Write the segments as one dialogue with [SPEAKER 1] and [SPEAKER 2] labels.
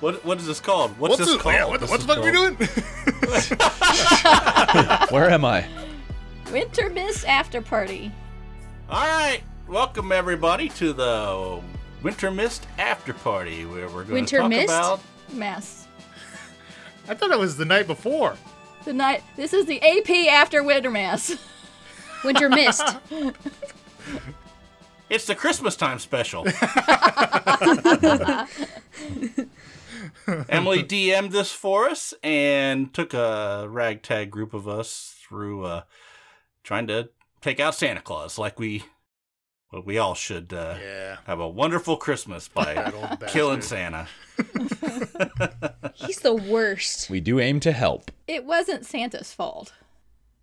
[SPEAKER 1] What what is this called? What's, this
[SPEAKER 2] it-
[SPEAKER 1] called?
[SPEAKER 2] yeah, what, the-
[SPEAKER 1] This
[SPEAKER 2] what
[SPEAKER 1] is
[SPEAKER 2] the fuck are we
[SPEAKER 1] called-
[SPEAKER 2] doing?
[SPEAKER 3] Where am I?
[SPEAKER 4] Winter Miss After Party.
[SPEAKER 1] All right, welcome everybody to the Winter Mist After Party, where we're going to
[SPEAKER 5] Winter
[SPEAKER 1] talk
[SPEAKER 5] Mist?
[SPEAKER 1] about.
[SPEAKER 4] Mess.
[SPEAKER 2] I thought it was the night before.
[SPEAKER 4] The night. This is the AP after Winter Mass.
[SPEAKER 5] Winter mist.
[SPEAKER 1] It's the Christmas time special. Emily DM'd this for us and took a ragtag group of us through uh, trying to take out Santa Claus, like we, well, we all should uh,
[SPEAKER 2] Yeah.
[SPEAKER 1] have a wonderful Christmas by
[SPEAKER 2] That old
[SPEAKER 1] killing
[SPEAKER 2] bastard.
[SPEAKER 1] Santa.
[SPEAKER 5] He's the worst.
[SPEAKER 3] We do aim to help.
[SPEAKER 4] It wasn't Santa's fault.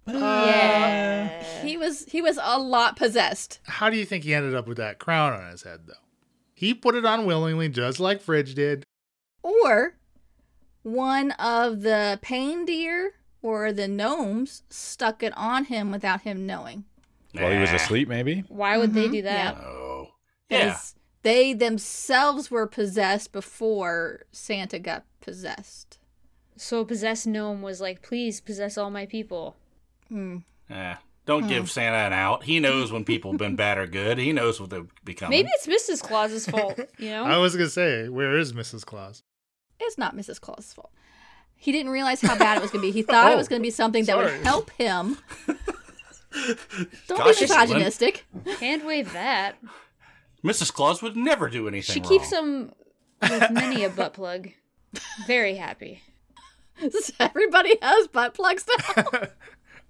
[SPEAKER 2] Uh,
[SPEAKER 5] yeah.
[SPEAKER 4] He was he was a lot possessed.
[SPEAKER 2] How do you think he ended up with that crown on his head, though? He put it on willingly, just like Fridge did.
[SPEAKER 4] Or one of the pain deer or the gnomes stuck it on him without him knowing.
[SPEAKER 3] While he was
[SPEAKER 1] Nah.
[SPEAKER 3] asleep, maybe?
[SPEAKER 5] Why would they
[SPEAKER 2] mm-hmm.
[SPEAKER 4] Mhm.
[SPEAKER 5] do that?
[SPEAKER 1] Oh, yeah.
[SPEAKER 4] 'Cause They themselves were possessed before Santa got possessed.
[SPEAKER 5] So possessed gnome was like, please possess all my people.
[SPEAKER 4] Hmm.
[SPEAKER 1] Eh, don't
[SPEAKER 5] Hmm.
[SPEAKER 1] give Santa an out. He knows when people have been bad or good. He knows what they've become.
[SPEAKER 5] Maybe it's Mrs. Claus's fault. You know.
[SPEAKER 2] I was gonna say, where is Mrs. Claus?
[SPEAKER 4] It's not Mrs. Claus's fault. He didn't realize how bad it was going to be. He thought it was
[SPEAKER 2] Oh,
[SPEAKER 4] going to be something that
[SPEAKER 2] sorry.
[SPEAKER 4] would help him. Don't
[SPEAKER 1] Gosh,
[SPEAKER 4] be
[SPEAKER 1] Mrs. Lynn.
[SPEAKER 4] misogynistic.
[SPEAKER 5] Hand wave that.
[SPEAKER 1] Mrs. Claus would never do anything
[SPEAKER 5] She
[SPEAKER 1] wrong.
[SPEAKER 5] keeps him with many a butt plug. Very happy.
[SPEAKER 4] Everybody has butt plugs now.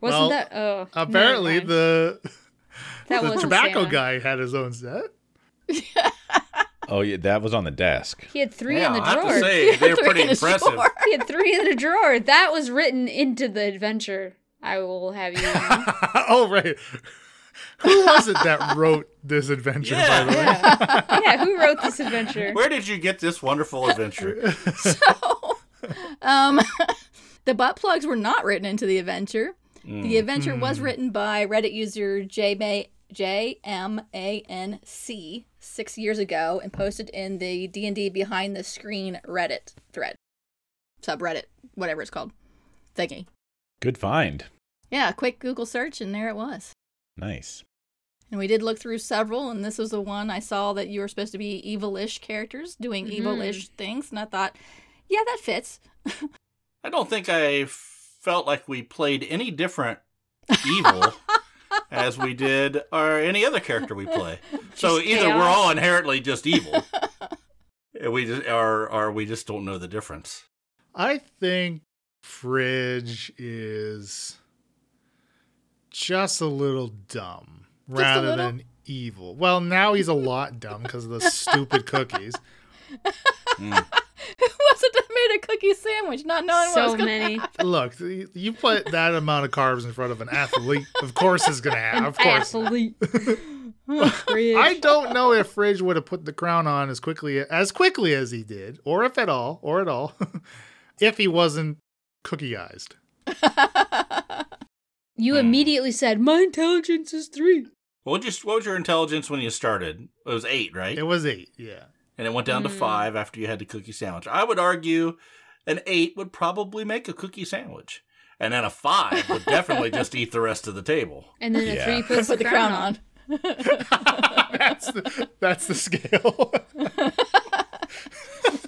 [SPEAKER 5] Wasn't
[SPEAKER 2] Well,
[SPEAKER 5] that? Oh,
[SPEAKER 2] Apparently,
[SPEAKER 5] never mind.
[SPEAKER 2] the
[SPEAKER 5] that
[SPEAKER 2] the
[SPEAKER 5] wasn't
[SPEAKER 2] tobacco
[SPEAKER 5] Santa.
[SPEAKER 2] guy had his own set.
[SPEAKER 3] Oh, yeah, that was on the desk.
[SPEAKER 5] He had three
[SPEAKER 1] yeah,
[SPEAKER 5] in the
[SPEAKER 1] I have
[SPEAKER 5] drawer.
[SPEAKER 1] to say, they're
[SPEAKER 4] Three
[SPEAKER 1] pretty
[SPEAKER 4] in a
[SPEAKER 1] impressive.
[SPEAKER 4] drawer.
[SPEAKER 5] He had three in a drawer. That was written into the adventure. I will have you. know.
[SPEAKER 2] oh right, who was it that wrote this adventure?
[SPEAKER 1] Yeah.
[SPEAKER 2] By the way,
[SPEAKER 5] yeah. yeah, who wrote this adventure?
[SPEAKER 1] Where did you get this wonderful adventure?
[SPEAKER 4] so, um, the butt plugs were not written into the adventure.
[SPEAKER 1] Hmm. Mm.
[SPEAKER 4] The adventure was written by Reddit user JMA JMANC six years ago and posted in the D&D Behind the Screen Reddit thread. Subreddit, whatever it's called. Thingy.
[SPEAKER 3] Good find.
[SPEAKER 4] Yeah, quick Google search and there it was.
[SPEAKER 3] Nice.
[SPEAKER 4] And we did look through several, and this was the one I saw that you were supposed to be evil-ish characters doing evil-ish things, and I thought, yeah, that fits.
[SPEAKER 1] I don't think I felt like we played any different evil as we did or any other character we play. So
[SPEAKER 5] Just
[SPEAKER 1] either
[SPEAKER 5] chaos.
[SPEAKER 1] we're all inherently just evil. and we just or, or we just don't know the difference.
[SPEAKER 2] I think Fridge is just a little dumb
[SPEAKER 4] a
[SPEAKER 2] rather
[SPEAKER 4] little?
[SPEAKER 2] than evil. Well, now he's a lot dumb because of the stupid cookies.
[SPEAKER 4] Who was it that made a cookie sandwich, not knowing what was
[SPEAKER 5] so
[SPEAKER 4] going
[SPEAKER 5] many.
[SPEAKER 2] Look, y- you put that amount of carbs in front of an athlete, of course he's gonna have. Of course,
[SPEAKER 5] Absolutely.
[SPEAKER 2] I don't know if Fridge would have put the crown on as quickly as quickly as he did, or if at all, or at all, if he wasn't cookieized.
[SPEAKER 3] Hmm.
[SPEAKER 5] You immediately said, My intelligence is three.
[SPEAKER 1] What would you, what was your intelligence when you started? It was eight, right?
[SPEAKER 2] It was eight, yeah.
[SPEAKER 1] and it went down to
[SPEAKER 5] Mm.
[SPEAKER 1] five after you had the cookie sandwich. I would argue an eight would probably make a cookie sandwich, and then a five would definitely just eat the rest of the table.
[SPEAKER 5] And then a
[SPEAKER 3] Yeah.
[SPEAKER 5] three puts
[SPEAKER 4] Put the crown on.
[SPEAKER 2] That's the, that's the scale.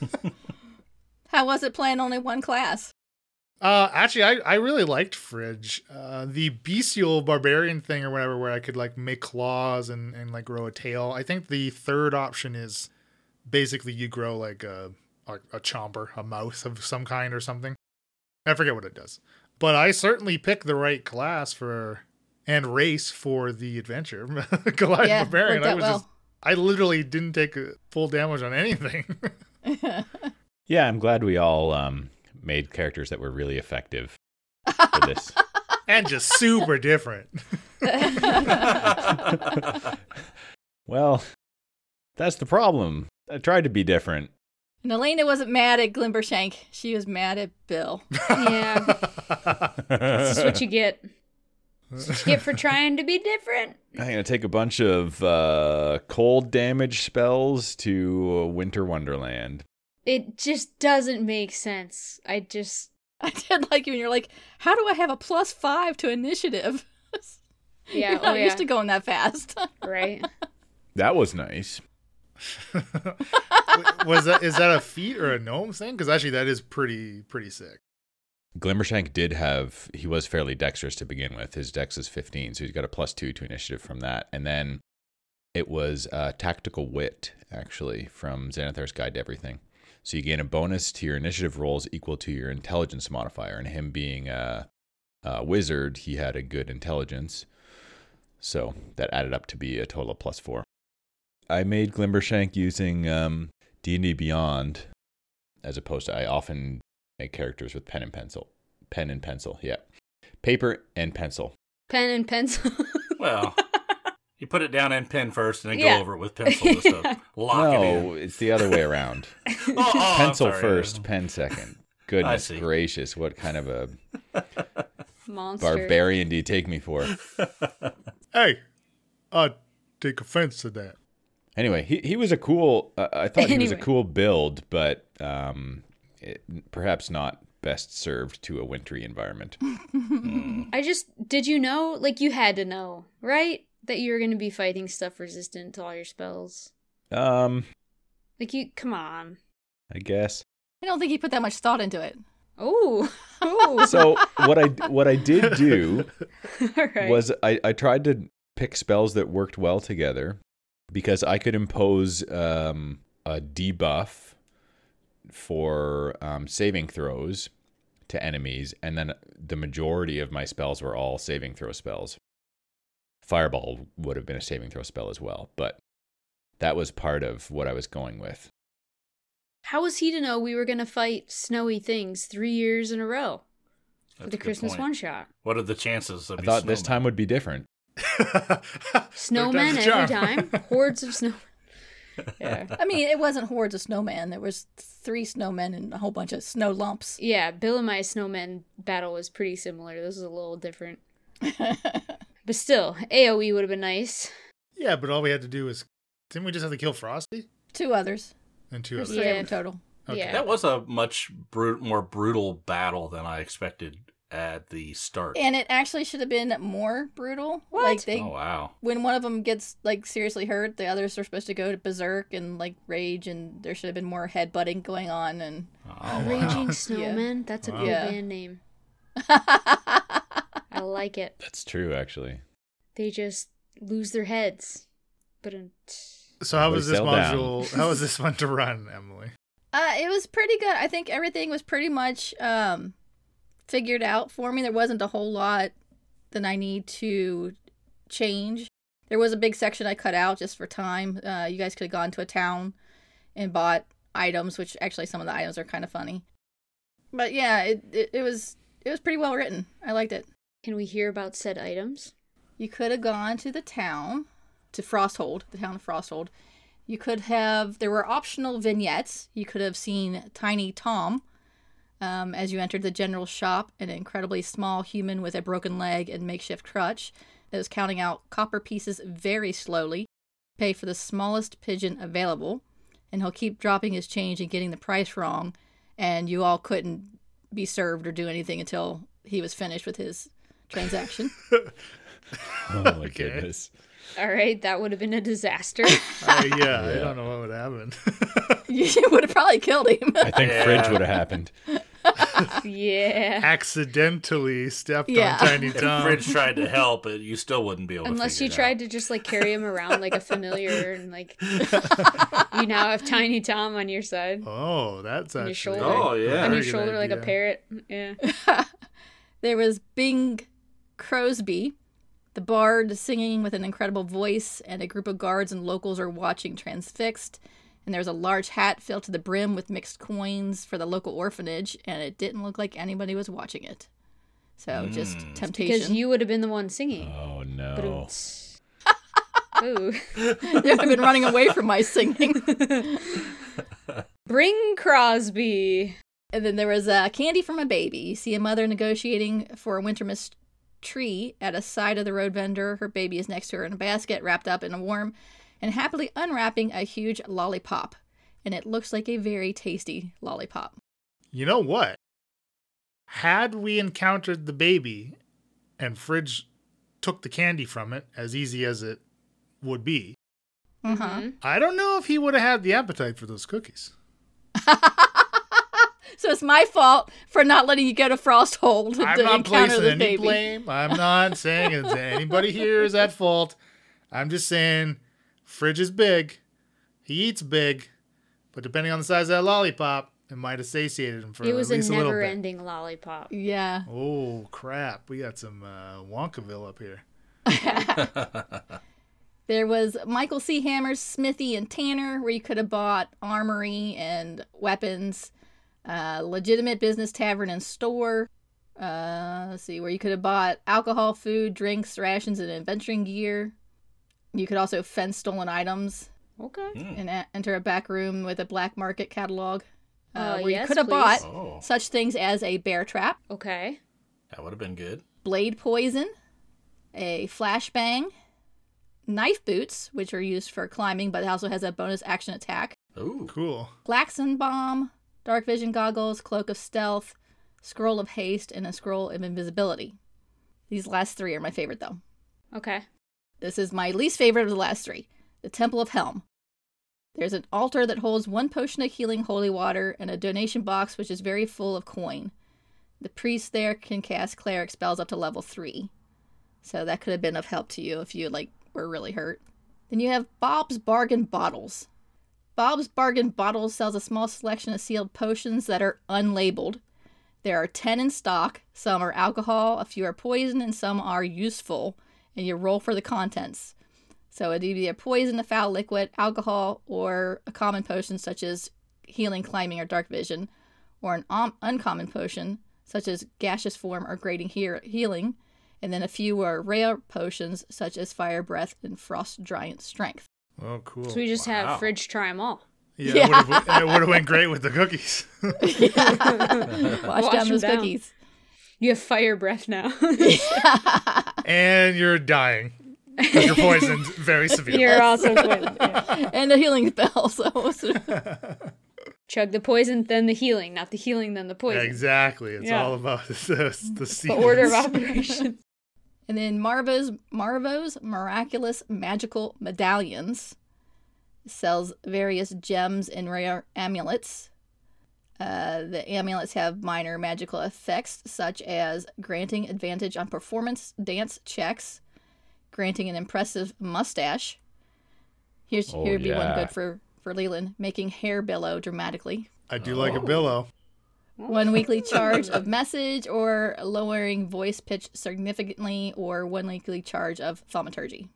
[SPEAKER 4] How was it playing only one class?
[SPEAKER 2] Uh, actually, I, I really liked Fridge. Uh, the bestial barbarian thing or whatever, where I could like make claws and, and like grow a tail. I think the third option is basically you grow like a, a a chomper, a mouth of some kind or something. I forget what it does, but I certainly picked the right class for and race for the adventure. Goliath
[SPEAKER 4] yeah,
[SPEAKER 2] barbarian.
[SPEAKER 4] worked
[SPEAKER 2] I
[SPEAKER 4] out
[SPEAKER 2] was
[SPEAKER 4] well.
[SPEAKER 2] just I literally didn't take uh, full damage on anything.
[SPEAKER 3] Yeah, I'm glad we all um, made characters that were really effective for this.
[SPEAKER 2] and just super different.
[SPEAKER 3] well, that's the problem. I tried to be different.
[SPEAKER 4] And Elena wasn't mad at Glimbershank. She was mad at Bill.
[SPEAKER 5] Yeah. This is what you get. This is what you get for trying to be different.
[SPEAKER 3] I'm going to take a bunch of uh, cold damage spells to Winter Wonderland.
[SPEAKER 5] It just doesn't make sense. I just
[SPEAKER 4] I did like you, and you're like, how do I have a plus five to initiative?
[SPEAKER 5] yeah,
[SPEAKER 4] you're
[SPEAKER 5] oh,
[SPEAKER 4] not
[SPEAKER 5] yeah.
[SPEAKER 4] used to going that fast.
[SPEAKER 5] right.
[SPEAKER 6] That was nice.
[SPEAKER 2] Was that is that a feat or a gnome thing? Because actually, that is pretty pretty sick.
[SPEAKER 3] Glimmershank did have he was fairly dexterous to begin with. His dex is 15, so he's got a plus 2 to initiative from that. And then it was uh, tactical wit actually from Xanathar's Guide to Everything. So you gain a bonus to your initiative rolls equal to your intelligence modifier. And him being a, a wizard, he had a good intelligence, so that added up to be a total of plus 4. I made Glimmershank using um, D&D Beyond as opposed to I often make characters with pen and pencil. Pen and pencil, yeah. Paper and pencil.
[SPEAKER 5] Pen and pencil.
[SPEAKER 1] Well, you put it down in pen first and then
[SPEAKER 5] Yeah.
[SPEAKER 1] go over it with pencil just to lock
[SPEAKER 3] no, it's the other way around.
[SPEAKER 1] it in. Oh, oh, I'm
[SPEAKER 3] pencil
[SPEAKER 1] sorry.
[SPEAKER 3] first, pen second. Goodness
[SPEAKER 1] see.
[SPEAKER 3] gracious, what kind of a
[SPEAKER 5] Monster.
[SPEAKER 3] barbarian do you take me for?
[SPEAKER 2] Hey, I take offense to that.
[SPEAKER 3] Anyway, he, he was a cool, uh, I thought he was a
[SPEAKER 5] Anyway.
[SPEAKER 3] cool build, but um, it, perhaps not best served to a wintry environment.
[SPEAKER 5] I just did you know? Like you had to know, right? That you were gonna be fighting stuff resistant to all your spells.
[SPEAKER 3] Um,
[SPEAKER 5] Like you come on.
[SPEAKER 3] I guess.
[SPEAKER 4] I don't think he put that much thought into it.
[SPEAKER 5] Oh. Oh.
[SPEAKER 3] So what I what I did do
[SPEAKER 5] all right.
[SPEAKER 3] was I, I tried to pick spells that worked well together because I could impose um, a debuff for um, saving throws to enemies, and then the majority of my spells were all saving throw spells. Fireball would have been a saving throw spell as well, but that was part of what I was going with.
[SPEAKER 5] How was he to know we were gonna fight snowy things three years in a row
[SPEAKER 1] That's a
[SPEAKER 5] with the
[SPEAKER 1] good
[SPEAKER 5] Christmas
[SPEAKER 1] point.
[SPEAKER 5] one shot?
[SPEAKER 1] What are the chances of
[SPEAKER 3] I
[SPEAKER 1] you
[SPEAKER 3] thought this
[SPEAKER 1] snowmen?
[SPEAKER 3] time would be different.
[SPEAKER 5] Snowmen
[SPEAKER 2] Third time's a charm.
[SPEAKER 5] every time. Hordes of snow. Yeah.
[SPEAKER 4] I mean, it wasn't hordes of snowmen. There was three snowmen and a whole bunch of snow lumps.
[SPEAKER 5] Yeah, Bill and my snowman battle was pretty similar. This was a little different. but still, AoE would have been nice.
[SPEAKER 2] yeah, but all we had to do was didn't we just have to kill Frosty
[SPEAKER 4] Two others.
[SPEAKER 2] and two
[SPEAKER 4] There's
[SPEAKER 2] others?
[SPEAKER 4] three of them
[SPEAKER 5] Yeah.
[SPEAKER 4] total.
[SPEAKER 2] Okay.
[SPEAKER 5] Yeah.
[SPEAKER 1] That was a much brut- more brutal battle than I expected at the start.
[SPEAKER 4] And it actually should have been more brutal.
[SPEAKER 5] What?
[SPEAKER 4] Like they,
[SPEAKER 1] oh wow!
[SPEAKER 4] when one of them gets like seriously hurt, the others are supposed to go to berserk and like rage, and there should have been more headbutting going on. And
[SPEAKER 1] Oh, wow.
[SPEAKER 5] Raging Snowman. That's a cool
[SPEAKER 4] Yeah.
[SPEAKER 5] band name. I like it.
[SPEAKER 3] That's true, actually.
[SPEAKER 5] They just lose their heads. But uh, in-
[SPEAKER 2] So how was this
[SPEAKER 3] Everybody fell down.
[SPEAKER 2] module? How was this one to run, Emily?
[SPEAKER 4] uh, it was pretty good. I think everything was pretty much um, figured out for me. There wasn't a whole lot that I need to change. There was a big section I cut out just for time. Uh, you guys could have gone to a town and bought items, which actually some of the items are kind of funny. But yeah, it, it, it was it was pretty well written. I liked it.
[SPEAKER 5] can we hear about said items?
[SPEAKER 4] You could have gone to the town, to Frosthold, the town of Frosthold. You could have, there were optional vignettes. You could have seen Tiny Tom um, as you entered the general shop, an incredibly small human with a broken leg and makeshift crutch that was counting out copper pieces very slowly. Pay for the smallest pigeon available, and he'll keep dropping his change and getting the price wrong. And you all couldn't be served or do anything until he was finished with his transaction.
[SPEAKER 3] Oh my goodness.
[SPEAKER 5] All right, that would have been a disaster.
[SPEAKER 2] I, yeah, I don't know what would happen.
[SPEAKER 4] you would have probably killed him.
[SPEAKER 3] I think fridge would have happened.
[SPEAKER 5] yeah.
[SPEAKER 2] Accidentally stepped
[SPEAKER 4] Yeah.
[SPEAKER 2] on Tiny
[SPEAKER 1] If
[SPEAKER 2] Tom.
[SPEAKER 1] Fridge tried to help, it, you still wouldn't be able.
[SPEAKER 5] Unless
[SPEAKER 1] to
[SPEAKER 5] you
[SPEAKER 1] figure it
[SPEAKER 5] tried to just like carry him around like a familiar and like you now have Tiny Tom on your side.
[SPEAKER 2] Oh, that's
[SPEAKER 5] On your
[SPEAKER 2] actually
[SPEAKER 5] shoulder.
[SPEAKER 1] Oh, yeah.
[SPEAKER 5] on
[SPEAKER 1] very
[SPEAKER 5] your shoulder like a parrot. Yeah.
[SPEAKER 4] there was Bing Crosby, the bard singing with an incredible voice, and a group of guards and locals are watching transfixed. And there's a large hat filled to the brim with mixed coins for the local orphanage, and it didn't look like anybody was watching it. So just
[SPEAKER 5] Because
[SPEAKER 4] temptation.
[SPEAKER 5] you would have been the one singing.
[SPEAKER 3] Oh
[SPEAKER 5] But
[SPEAKER 3] no.
[SPEAKER 5] it's- Ooh.
[SPEAKER 4] I've been running away from my singing.
[SPEAKER 5] Bring Crosby.
[SPEAKER 4] And then there was uh, candy from a baby. You see a mother negotiating for a winter mist tree at a side of the road vendor. Her baby is next to her in a basket, wrapped up in a warm, and happily unwrapping a huge lollipop. and it looks like a very tasty lollipop.
[SPEAKER 2] You know what? Had we encountered the baby and Fridge took the candy from it, as easy as it would be,
[SPEAKER 4] Uh-huh.
[SPEAKER 5] Mm-hmm.
[SPEAKER 2] I don't know if he would have had the appetite for those cookies.
[SPEAKER 4] So it's my fault for not letting you go to Frosthold
[SPEAKER 2] I'm
[SPEAKER 4] to
[SPEAKER 2] not
[SPEAKER 4] encounter
[SPEAKER 2] placing
[SPEAKER 4] the
[SPEAKER 2] any
[SPEAKER 4] baby.
[SPEAKER 2] blame. I'm not saying it's anybody here is at fault. I'm just saying Fridge is big. He eats big. But depending on the size of that lollipop, it might have satiated him for
[SPEAKER 5] It was
[SPEAKER 2] at
[SPEAKER 5] a
[SPEAKER 2] least a, little bit.
[SPEAKER 5] never-ending lollipop.
[SPEAKER 4] Yeah.
[SPEAKER 2] Oh crap! We got some uh, Wonkaville up here.
[SPEAKER 4] There was Michael C. Hammer's Smithy and Tanner, where you could have bought armory and weapons, uh, legitimate business tavern and store. Uh, let's see, where you could have bought alcohol, food, drinks, rations, and adventuring gear. You could also fence stolen items
[SPEAKER 5] Okay.
[SPEAKER 4] and a- enter a back room with a black market catalog. Uh,
[SPEAKER 5] Oh,
[SPEAKER 4] where
[SPEAKER 5] yes,
[SPEAKER 4] you could have
[SPEAKER 5] please.
[SPEAKER 4] bought
[SPEAKER 1] Oh,
[SPEAKER 4] such things as a bear trap,
[SPEAKER 5] Okay.
[SPEAKER 1] that would have been good.
[SPEAKER 4] blade poison, a flashbang, knife boots, which are used for climbing but also has a bonus action attack,
[SPEAKER 1] Ooh,
[SPEAKER 2] Cool.
[SPEAKER 4] Glaxon bomb, dark vision goggles, cloak of stealth, scroll of haste, and a scroll of invisibility. These last three are my favorite though.
[SPEAKER 5] Okay.
[SPEAKER 4] This is my least favorite of the last three the Temple of Helm. There's an altar that holds one potion of healing holy water and a donation box which is very full of coin. The priest there can cast cleric spells up to level three. So that could have been of help to you if you like were really hurt. Then you have Bob's Bargain Bottles. Bob's Bargain Bottles sells a small selection of sealed potions that are unlabeled. There are 10 in stock. Some are alcohol, a few are poison, and some are useful. And you roll for the contents. So it'd either be a poison, a foul liquid, alcohol, or a common potion such as healing, climbing, or dark vision, or an um, uncommon potion such as gaseous form or grating hear healing, and then a few are rare potions such as fire breath and frost giant strength.
[SPEAKER 2] Oh, cool.
[SPEAKER 5] So we just
[SPEAKER 1] wow.
[SPEAKER 5] have Fridge try them all.
[SPEAKER 2] Yeah, It, would have, went great with the cookies.
[SPEAKER 4] Wash,
[SPEAKER 5] Wash
[SPEAKER 4] down
[SPEAKER 5] 'em
[SPEAKER 4] those
[SPEAKER 5] down.
[SPEAKER 4] cookies.
[SPEAKER 5] You have fire breath now.
[SPEAKER 2] and you're dying. 'cause You're poisoned very severely.
[SPEAKER 5] You're also poisoned. yeah.
[SPEAKER 4] and a healing spell. So
[SPEAKER 5] Chug the poison, then the healing. Not the healing, then the poison.
[SPEAKER 2] Exactly. It's
[SPEAKER 5] Yeah.
[SPEAKER 2] all about the, the
[SPEAKER 5] The order of
[SPEAKER 2] sequence.
[SPEAKER 5] operations.
[SPEAKER 4] And then Marvo's Marvo's miraculous magical medallions sells various gems and rare amulets. Uh, the amulets have minor magical effects such as granting advantage on performance dance checks, granting an impressive mustache. Here's
[SPEAKER 3] Oh,
[SPEAKER 4] here'd be one
[SPEAKER 3] yeah.
[SPEAKER 4] good for for Leland, making hair billow dramatically.
[SPEAKER 2] I do like a billow.
[SPEAKER 4] One weekly charge of message or lowering voice pitch significantly, or one weekly charge of thaumaturgy.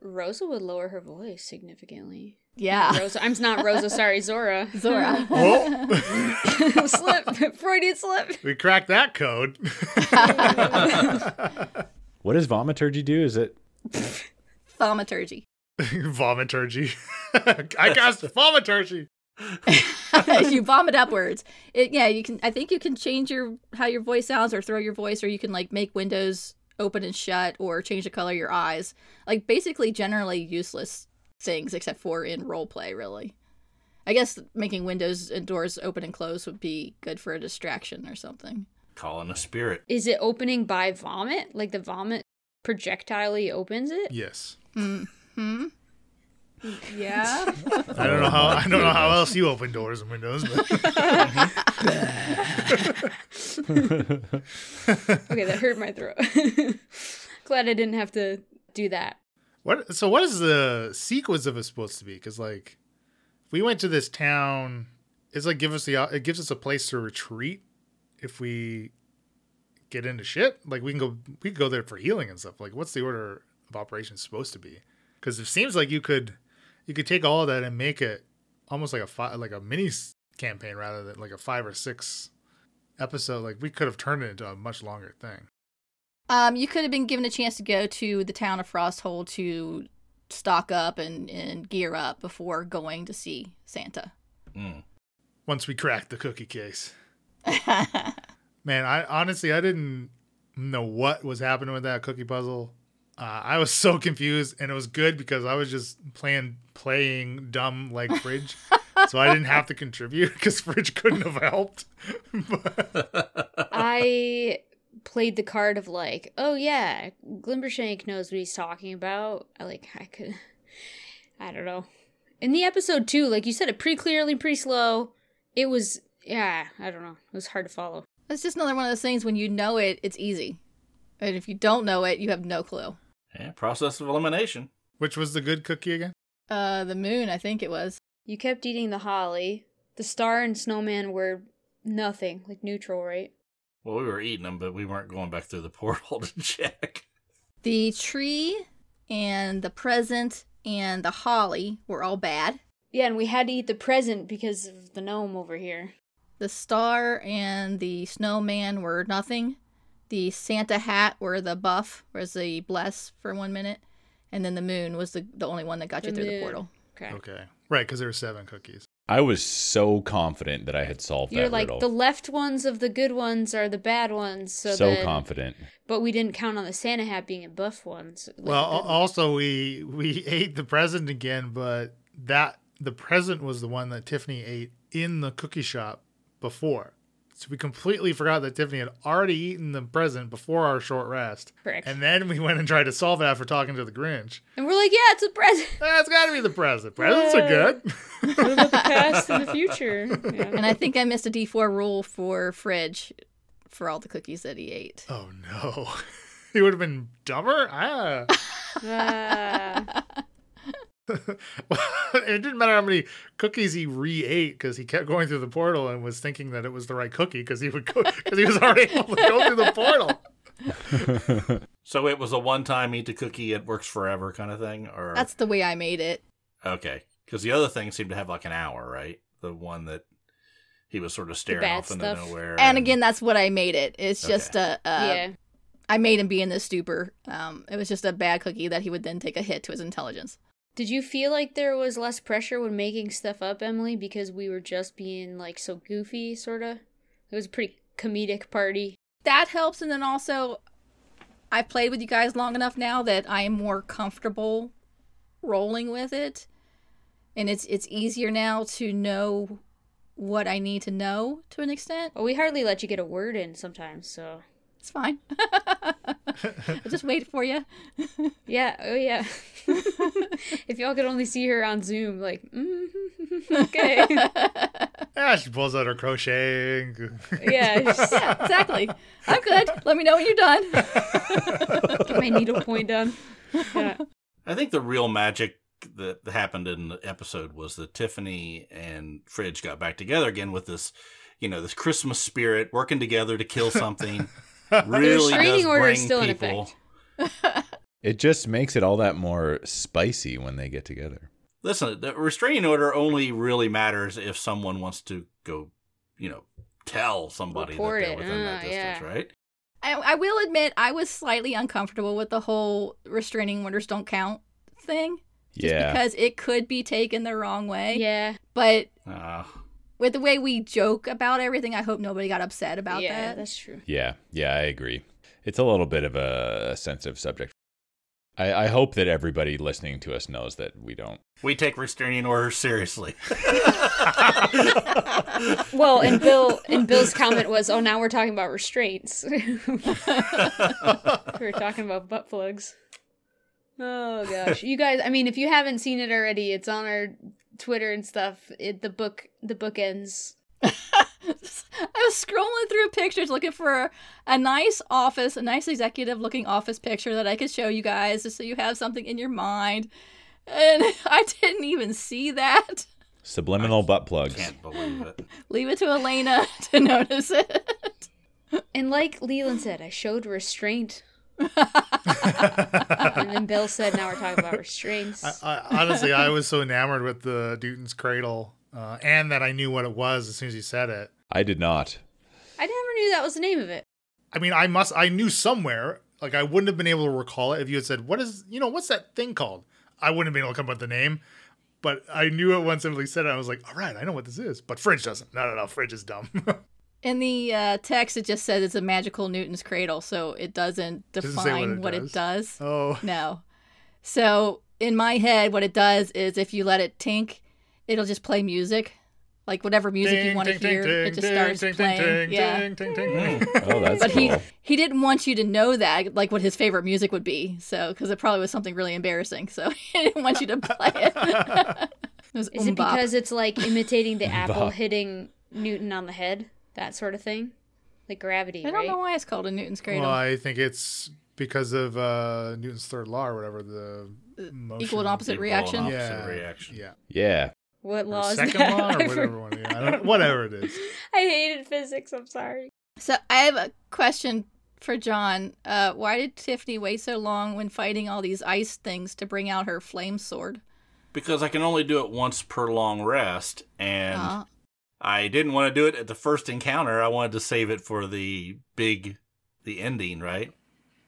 [SPEAKER 5] Rosa would lower her voice significantly.
[SPEAKER 4] Yeah.
[SPEAKER 5] Rosa, I'm not Rosa. Sorry, Zora.
[SPEAKER 4] Zora.
[SPEAKER 2] Oh,
[SPEAKER 5] slip, Freudian slip.
[SPEAKER 2] we cracked that code.
[SPEAKER 3] What does vomiturgy do? Is it
[SPEAKER 4] Thaumaturgy.
[SPEAKER 2] Vomiturgy. I cast vomiturgy.
[SPEAKER 4] you vomit upwards. It, yeah, you can I think you can change your how your voice sounds or throw your voice or you can like make windows open and shut or change the color of your eyes. Like basically generally useless things except for in role play really. I guess making windows and doors open and close would be good for a distraction or something.
[SPEAKER 1] calling a spirit.
[SPEAKER 5] Is it opening by vomit? Like the vomit projectilely opens it?
[SPEAKER 2] Yes.
[SPEAKER 4] Yeah.
[SPEAKER 2] I don't know how I don't know how else you open doors and windows, but
[SPEAKER 5] Okay, that hurt my throat. Glad I didn't have to do that.
[SPEAKER 2] What? So what is the sequence of it supposed to be? Because like, if we went to this town, it's like give us the it gives us a place to retreat if we get into shit. Like we can go we could go there for healing and stuff. Like what's the order of operations supposed to be? Because it seems like you could you could take all that and make it almost like a fi- like a mini s- campaign rather than like a five or six episode. Like we could have turned it into a much longer thing.
[SPEAKER 4] Um, you could have been given a chance to go to the town of Frosthold to stock up and, and gear up before going to see Santa.
[SPEAKER 1] Mm.
[SPEAKER 2] Once we crack the cookie case. Man, I honestly I didn't know what was happening with that cookie puzzle. Uh, I was so confused, and it was good because I was just playing playing dumb like Fridge. so I didn't have to contribute because Fridge couldn't have helped.
[SPEAKER 5] I played the card of like, oh yeah, Glimbershank knows what he's talking about. I like I could I don't know. In the episode too, like you said it pretty clearly, pretty slow. It was yeah, I don't know. It was hard to follow.
[SPEAKER 4] It's just another one of those things when you know it, it's easy. And if you don't know it, you have no clue.
[SPEAKER 1] Yeah, process of elimination.
[SPEAKER 2] Which was the good cookie again?
[SPEAKER 4] Uh, the moon, I think it was.
[SPEAKER 5] You kept eating the holly. The star and snowman were nothing, like neutral, right?
[SPEAKER 1] Well, we were eating them, but we weren't going back through the portal to check.
[SPEAKER 4] The tree and the present and the holly were all bad.
[SPEAKER 5] Yeah, and we had to eat the present because of the gnome over here.
[SPEAKER 4] The star and the snowman were nothing. The Santa hat were the buff, was the bless for one minute. And then the moon was the, the only one that got you
[SPEAKER 5] The
[SPEAKER 4] through the
[SPEAKER 5] moon.
[SPEAKER 4] portal.
[SPEAKER 5] Okay.
[SPEAKER 2] Okay. Right, because there were seven cookies.
[SPEAKER 3] I was so confident that I had solved
[SPEAKER 5] You're
[SPEAKER 3] that
[SPEAKER 5] like
[SPEAKER 3] riddle.
[SPEAKER 5] the left ones of the good ones are the bad ones. So,
[SPEAKER 3] so
[SPEAKER 5] then-
[SPEAKER 3] confident.
[SPEAKER 5] But we didn't count on the Santa hat being a buff one. So like,
[SPEAKER 2] Well,
[SPEAKER 5] the
[SPEAKER 2] al-
[SPEAKER 5] good
[SPEAKER 2] also we we ate the present again, but that the present was the one that Tiffany ate in the cookie shop before. So we completely forgot that Tiffany had already eaten the present before our short rest.
[SPEAKER 5] Correct.
[SPEAKER 2] And then we went and tried to solve it after talking to the Grinch.
[SPEAKER 5] And we're like, yeah, it's a present.
[SPEAKER 2] That's got to be the present. Presents are good.
[SPEAKER 5] What about the past and the future? Yeah.
[SPEAKER 4] And I think I missed a D4 rule for Fridge for all the cookies that he ate.
[SPEAKER 2] Oh no, he would have been dumber. Ah.
[SPEAKER 5] Ah.
[SPEAKER 2] it didn't matter how many cookies he re-ate because he kept going through the portal and was thinking that it was the right cookie because he would go because he was already able to go through the portal.
[SPEAKER 1] So it was a one-time eat the cookie, it works forever kind of thing, or
[SPEAKER 4] That's the way I made it.
[SPEAKER 1] okay? Because the other thing seemed to have like an hour, right? The one that he was sort of staring
[SPEAKER 5] bad
[SPEAKER 1] off into
[SPEAKER 5] stuff.
[SPEAKER 1] nowhere.
[SPEAKER 4] And again, that's what I made it. It's
[SPEAKER 1] Okay.
[SPEAKER 4] just a, a
[SPEAKER 5] Uh, yeah.
[SPEAKER 4] I made him be in this stupor. Um, it was just a bad cookie that he would then take a hit to his intelligence.
[SPEAKER 5] Did you feel like there was less pressure when making stuff up, Emily, because we were just being like so goofy, sort of? It was a pretty comedic party.
[SPEAKER 4] That helps, and then also, I've played with you guys long enough now that I am more comfortable rolling with it, and it's it's easier now to know what I need to know to an extent.
[SPEAKER 5] Well, we hardly let you get a word in sometimes, so.
[SPEAKER 4] It's fine. I'll just wait for you.
[SPEAKER 5] Yeah, oh yeah. if y'all could only see her on Zoom, like, mm, okay.
[SPEAKER 2] Yeah, Ah, she pulls out her crocheting.
[SPEAKER 5] yeah, just
[SPEAKER 4] Yeah, exactly. I'm good. Let me know when you're done.
[SPEAKER 5] get my needlepoint done. Yeah.
[SPEAKER 1] I think the real magic that happened in the episode was that Tiffany and Fridge got back together again with this, you know, this Christmas spirit, working together to kill something. really
[SPEAKER 5] Restraining
[SPEAKER 1] does
[SPEAKER 5] order
[SPEAKER 1] bring
[SPEAKER 5] is still in
[SPEAKER 1] people.
[SPEAKER 5] effect.
[SPEAKER 3] It just makes it all that more spicy when they get together.
[SPEAKER 1] Listen, the restraining order only really matters if someone wants to go, you know, tell somebody
[SPEAKER 5] Report
[SPEAKER 1] that they're
[SPEAKER 5] it.
[SPEAKER 1] within that
[SPEAKER 5] Ah,
[SPEAKER 1] distance,
[SPEAKER 5] yeah.
[SPEAKER 1] right?
[SPEAKER 4] I, I will admit I was slightly uncomfortable with the whole restraining orders don't count thing. Just
[SPEAKER 3] yeah.
[SPEAKER 4] because it could be taken the wrong way.
[SPEAKER 5] Yeah.
[SPEAKER 4] But
[SPEAKER 1] Uh,
[SPEAKER 4] with the way we joke about everything, I hope nobody got upset about
[SPEAKER 5] yeah,
[SPEAKER 4] that.
[SPEAKER 5] that's true.
[SPEAKER 3] Yeah, yeah, I agree. It's a little bit of a, a sensitive subject. I, I hope that everybody listening to us knows that we don't.
[SPEAKER 1] we take restraining orders seriously.
[SPEAKER 5] Well, and Bill and Bill's comment was, "Oh, now we're talking about restraints. we were talking about butt plugs." Oh gosh, you guys! I mean, if you haven't seen it already, it's on our Twitter and stuff. It, the book, the book ends.
[SPEAKER 4] I was scrolling through pictures looking for a, nice office, a nice executive looking office picture that I could show you guys just so you have something in your mind. And I didn't even see that.
[SPEAKER 3] Subliminal butt plugs.
[SPEAKER 1] Can't believe it.
[SPEAKER 4] Leave it to Elena to notice it.
[SPEAKER 5] And like Leland said, I showed restraint. and then Bill said, "Now we're talking about restraints."
[SPEAKER 4] uh,
[SPEAKER 2] I, honestly, I was so enamored with the Newton's cradle, uh, and that I knew what it was as soon as you said it.
[SPEAKER 3] I did not.
[SPEAKER 5] I never knew that was the name of it.
[SPEAKER 2] I mean, I must, I knew somewhere. Like, I wouldn't have been able to recall it if you had said, "What is, you know, what's that thing called?" I wouldn't have been able to come up with the name, but I knew it once somebody said it. I was like, "All right, I know what this is." But Fridge doesn't. No, no, no. Fridge is dumb.
[SPEAKER 4] In the uh, text, it just says it's a magical Newton's cradle, so it doesn't
[SPEAKER 2] Doesn't say what
[SPEAKER 4] define
[SPEAKER 2] it
[SPEAKER 4] what it
[SPEAKER 2] does.
[SPEAKER 4] does.
[SPEAKER 2] oh,
[SPEAKER 4] No. So in my head, what it does is if you let it tink, it'll just play music. like whatever music you want to hear, it just starts playing. yeah.
[SPEAKER 3] Oh, that's
[SPEAKER 4] But he
[SPEAKER 3] cool.
[SPEAKER 4] he didn't want you to know that, like what his favorite music would be, so because it probably was something really embarrassing. So he didn't want you to play it.
[SPEAKER 1] Mm.
[SPEAKER 4] it was
[SPEAKER 5] Is it
[SPEAKER 4] umbop.
[SPEAKER 5] because it's like imitating the apple
[SPEAKER 3] Bop.
[SPEAKER 5] hitting Newton on the head? That sort of thing? Like gravity,
[SPEAKER 4] I don't
[SPEAKER 5] right?
[SPEAKER 4] know why it's called a Newton's cradle.
[SPEAKER 2] Well, I think it's because of uh, Newton's third law or whatever the motion.
[SPEAKER 4] Equal and opposite
[SPEAKER 1] Equal and
[SPEAKER 4] reaction.
[SPEAKER 1] opposite
[SPEAKER 2] Yeah.
[SPEAKER 1] reaction.
[SPEAKER 2] Yeah.
[SPEAKER 3] yeah.
[SPEAKER 5] What
[SPEAKER 2] Or
[SPEAKER 5] law is
[SPEAKER 2] second
[SPEAKER 5] that?
[SPEAKER 2] law
[SPEAKER 5] I
[SPEAKER 2] or
[SPEAKER 5] for-
[SPEAKER 2] whatever one. Yeah, I don't, whatever it is.
[SPEAKER 5] I hated physics. I'm sorry.
[SPEAKER 4] So I have a question for John. Uh, why did Tiffany wait so long when fighting all these ice things to bring out her flame sword?
[SPEAKER 1] Because I can only do it once per long rest, and
[SPEAKER 4] Uh,
[SPEAKER 1] I didn't want to do it at the first encounter. I wanted to save it for the big, the ending, right?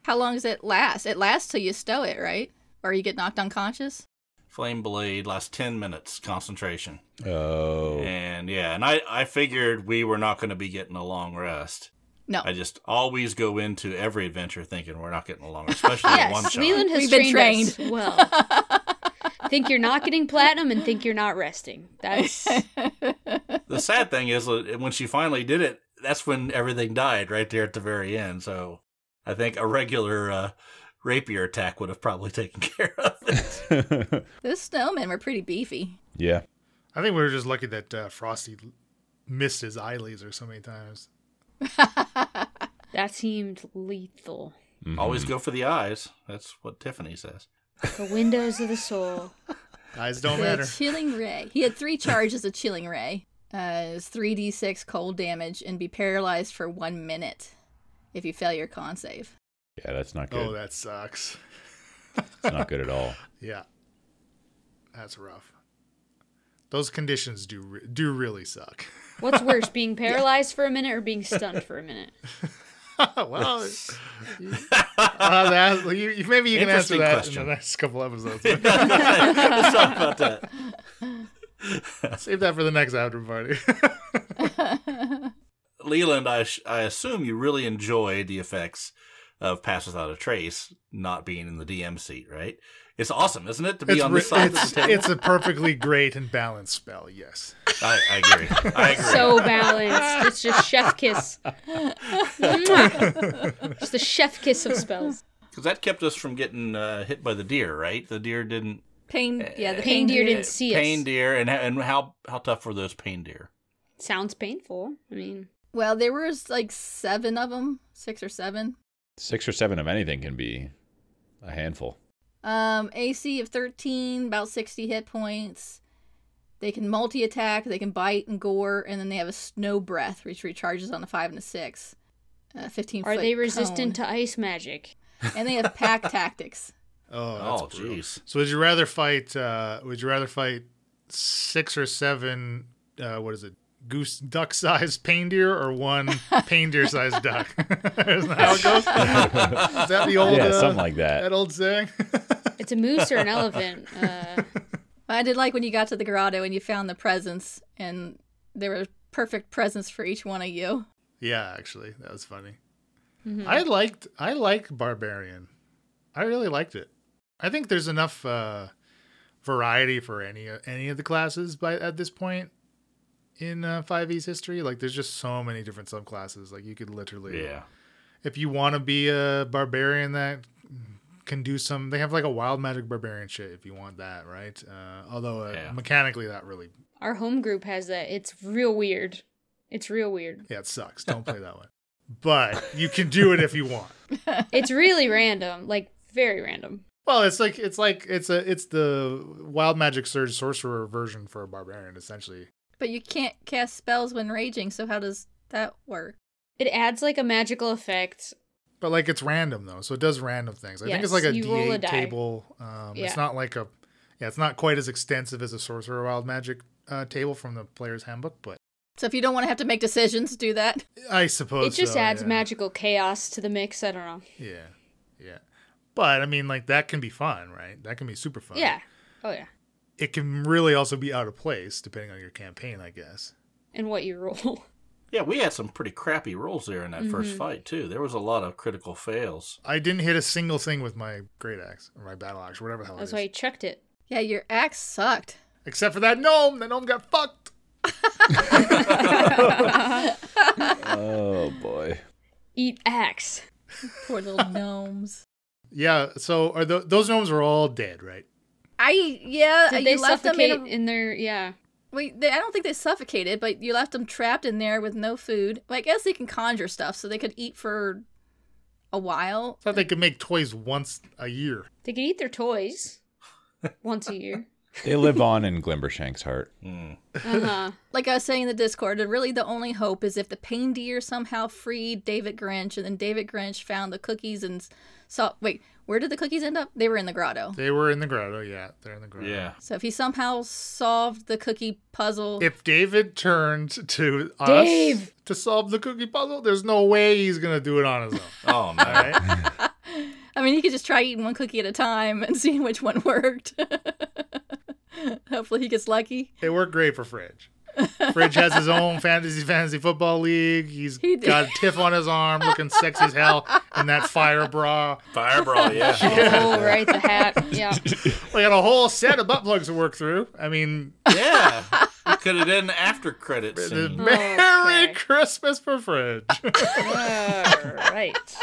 [SPEAKER 4] how long does it last? It lasts till you stow it, right? Or you get knocked unconscious?
[SPEAKER 1] Flame blade lasts ten minutes concentration,
[SPEAKER 3] Oh.
[SPEAKER 1] and yeah, and I I figured we were not going to be getting a long rest.
[SPEAKER 4] No.
[SPEAKER 1] I just always go into every adventure thinking we're not getting a long, rest, especially a one
[SPEAKER 5] Yes,
[SPEAKER 1] shot.
[SPEAKER 5] Leland has
[SPEAKER 4] We've been
[SPEAKER 5] trained us well. think you're not getting platinum and think you're not resting. That's
[SPEAKER 1] the sad thing is uh, when she finally did it that's when everything died right there at the very end so i think a regular uh, rapier attack would have probably taken care of it
[SPEAKER 4] Those snowmen were pretty beefy.
[SPEAKER 3] yeah.
[SPEAKER 2] I think we were just lucky that uh, Frosty missed his eye laser so many times.
[SPEAKER 5] that seemed lethal.
[SPEAKER 3] Mm-hmm.
[SPEAKER 1] always go for the eyes that's what tiffany says
[SPEAKER 5] The windows of the soul.
[SPEAKER 2] Eyes don't
[SPEAKER 4] The
[SPEAKER 2] matter.
[SPEAKER 4] chilling ray. He had three charges of chilling ray. Uh, it's 3d6 cold damage and be paralyzed for one minute if you fail your con save.
[SPEAKER 3] Yeah, that's not good.
[SPEAKER 2] Oh, that sucks.
[SPEAKER 3] It's not good at all.
[SPEAKER 2] Yeah, that's rough. Those conditions do re- do really suck.
[SPEAKER 5] What's worse, being paralyzed for a minute or being stunned for a minute?
[SPEAKER 2] well, you- I'll have to ask- you- you- maybe you can answer
[SPEAKER 1] Interesting
[SPEAKER 2] that in
[SPEAKER 1] question.
[SPEAKER 2] the next couple episodes. but
[SPEAKER 1] Let's talk about that
[SPEAKER 2] Save that for the next after party.
[SPEAKER 1] leland I, sh- I assume you really enjoy the effects of pass without a trace not being in the dm seat right it's awesome isn't it to be
[SPEAKER 2] it's,
[SPEAKER 1] on
[SPEAKER 2] re-
[SPEAKER 1] this side
[SPEAKER 2] it's,
[SPEAKER 1] of the table
[SPEAKER 2] it's a perfectly great and balanced spell. Yes.
[SPEAKER 1] I, I agree i agree
[SPEAKER 5] So balanced. It's just chef kiss. Mwah. Just the chef kiss of spells.
[SPEAKER 1] because that kept us from getting uh, hit by the deer right the deer didn't
[SPEAKER 4] Uh, Pain, yeah, the
[SPEAKER 5] Pain deer didn't see us.
[SPEAKER 1] pain deer and and how how tough were those pain deer
[SPEAKER 5] Sounds painful. I mean,
[SPEAKER 4] Well, there was like seven of them, six or seven.
[SPEAKER 3] Six or seven of anything can be a handful.
[SPEAKER 4] Um, AC of 13, about 60 hit points. They can multi attack, they can bite and gore, and then they have a snow breath, which recharges on a 5 and a 6. Uh, 15
[SPEAKER 5] are
[SPEAKER 4] foot
[SPEAKER 5] they resistant
[SPEAKER 4] cone.
[SPEAKER 5] to ice magic?
[SPEAKER 4] And they have pack tactics.
[SPEAKER 2] Oh,
[SPEAKER 1] oh
[SPEAKER 2] that's brutal.
[SPEAKER 1] jeez
[SPEAKER 2] So would you rather fight? Uh, would you rather fight six or seven? Uh, what is it? Goose duck sized pain deer or one pain deer sized duck? Isn't that how it goes? is that the old
[SPEAKER 3] Yeah,
[SPEAKER 2] uh,
[SPEAKER 3] something like that.
[SPEAKER 2] that old saying?
[SPEAKER 5] It's a moose or an elephant. Uh,
[SPEAKER 4] I did like when you got to the grotto and you found the presents, and there were perfect presents for each one of you.
[SPEAKER 2] yeah, actually, that was funny. I liked I like barbarian. I really liked it. I think there's enough uh, variety for any any of the classes by at this point in uh, 5e's history. Like there's just so many different subclasses. Like you could literally
[SPEAKER 1] yeah
[SPEAKER 2] if you want to be a barbarian that can do some they have like a wild magic barbarian shit if you want that right uh, although uh,
[SPEAKER 1] Yeah.
[SPEAKER 2] mechanically that really
[SPEAKER 5] our home group has that. It's real weird. It's real weird.
[SPEAKER 2] yeah it sucks don't play that one but you can do it if you want
[SPEAKER 5] It's really random. Like, very random.
[SPEAKER 2] well it's like it's like it's a it's the wild magic surge sorcerer version for a barbarian essentially
[SPEAKER 4] But you can't cast spells when raging, so how does that work?
[SPEAKER 5] It adds like a magical effect.
[SPEAKER 2] but like it's random though so it does random things i think it's
[SPEAKER 5] Yes,
[SPEAKER 2] like a
[SPEAKER 5] you roll a
[SPEAKER 2] d8
[SPEAKER 5] die.
[SPEAKER 2] table um,
[SPEAKER 5] Yeah.
[SPEAKER 2] it's not like a yeah it's not quite as extensive as a sorcerer wild magic uh, table from the player's handbook but
[SPEAKER 4] So if you don't want to have to make decisions, do that.
[SPEAKER 2] i
[SPEAKER 4] Oh,
[SPEAKER 2] suppose
[SPEAKER 5] It just
[SPEAKER 2] so,
[SPEAKER 5] adds
[SPEAKER 2] yeah.
[SPEAKER 5] magical chaos to the mix. I don't know.
[SPEAKER 2] Yeah, yeah. But I mean, like that can be fun, right? That can be super fun.
[SPEAKER 5] Yeah. Oh, yeah.
[SPEAKER 2] It can really also be out of place depending on your campaign, I guess.
[SPEAKER 5] And what you roll.
[SPEAKER 1] yeah we had some pretty crappy rolls there in that
[SPEAKER 5] Mm-hmm.
[SPEAKER 1] first fight too there was a lot of critical fails
[SPEAKER 2] I didn't hit a single thing with my great axe or my battle axe, whatever the hell it
[SPEAKER 5] That's
[SPEAKER 2] is.
[SPEAKER 5] why you chucked it.
[SPEAKER 4] Yeah, your axe sucked.
[SPEAKER 2] Except for that gnome. That gnome got fucked.
[SPEAKER 3] Oh boy.
[SPEAKER 5] Eat axe.
[SPEAKER 4] Poor little gnomes.
[SPEAKER 2] Yeah. So are tho- those gnomes were all dead, right?
[SPEAKER 4] I yeah,
[SPEAKER 5] Did
[SPEAKER 4] Uh, you
[SPEAKER 5] they
[SPEAKER 4] left them
[SPEAKER 5] suffocate
[SPEAKER 4] in.
[SPEAKER 5] in,
[SPEAKER 4] A,
[SPEAKER 5] their yeah?
[SPEAKER 4] wait, they, I don't think they suffocated, but you left them trapped in there with no food. Well, I guess they can conjure stuff, so they could eat for a while.
[SPEAKER 2] Thought they could make toys once a year.
[SPEAKER 5] They could eat their toys once a year.
[SPEAKER 3] They live on in Glimbershank's heart.
[SPEAKER 1] Mm,
[SPEAKER 5] Uh huh.
[SPEAKER 4] Like I was saying in the Discord, that really the only hope is if the pain deer somehow freed David Grinch, and then David Grinch found the cookies and s- saw. Wait, where did the cookies end up? They were in the grotto.
[SPEAKER 2] They were in the grotto. Yeah, they're in the grotto.
[SPEAKER 1] Yeah.
[SPEAKER 4] So if he somehow solved the cookie puzzle,
[SPEAKER 2] If David turned to us
[SPEAKER 5] Dave!
[SPEAKER 2] to solve the cookie puzzle, there's no way he's gonna do it on his own.
[SPEAKER 1] Oh no.
[SPEAKER 2] All right.
[SPEAKER 4] I mean, he could just try eating one cookie at a time and see which one worked. Hopefully, he gets lucky.
[SPEAKER 2] It worked great for Fridge. Fridge has his own fantasy fantasy football league. He's
[SPEAKER 4] He did.
[SPEAKER 2] got a tiff on his arm, looking sexy as hell, and that fire bra.
[SPEAKER 1] Fire brawl, yeah.
[SPEAKER 5] Oh right, the hat. Yeah.
[SPEAKER 2] We got a whole set of butt plugs to work through. I mean,
[SPEAKER 1] yeah. We could have done an after credit scene.
[SPEAKER 2] Merry
[SPEAKER 5] Oh, Okay.
[SPEAKER 2] Christmas for Fridge.
[SPEAKER 5] All right.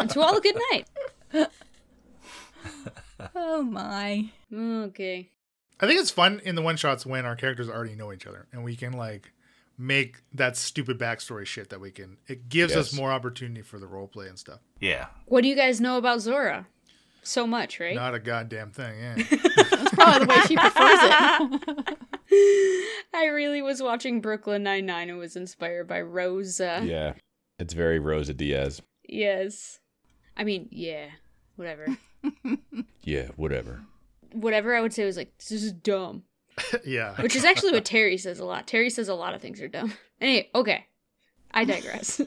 [SPEAKER 5] and to all a good night.
[SPEAKER 4] Oh my!
[SPEAKER 5] Okay.
[SPEAKER 2] I think it's fun in the one shots when our characters already know each other and we can like make that stupid backstory shit that we can. It gives us
[SPEAKER 3] Yes.
[SPEAKER 2] more opportunity for the role play and stuff.
[SPEAKER 1] Yeah.
[SPEAKER 5] What do you guys know about Zora? So much, right?
[SPEAKER 2] Not a goddamn thing. eh? Yeah.
[SPEAKER 4] Probably the way she prefers it.
[SPEAKER 5] I really was watching Brooklyn Nine Nine and was inspired by Rosa.
[SPEAKER 3] Yeah. It's very Rosa Diaz.
[SPEAKER 5] Yes. I mean, yeah. Whatever.
[SPEAKER 3] Yeah, whatever.
[SPEAKER 5] Whatever I would say was like, this is dumb.
[SPEAKER 2] yeah.
[SPEAKER 5] Which is actually what Terry says a lot. Terry says a lot of things are dumb. Anyway, okay. I digress.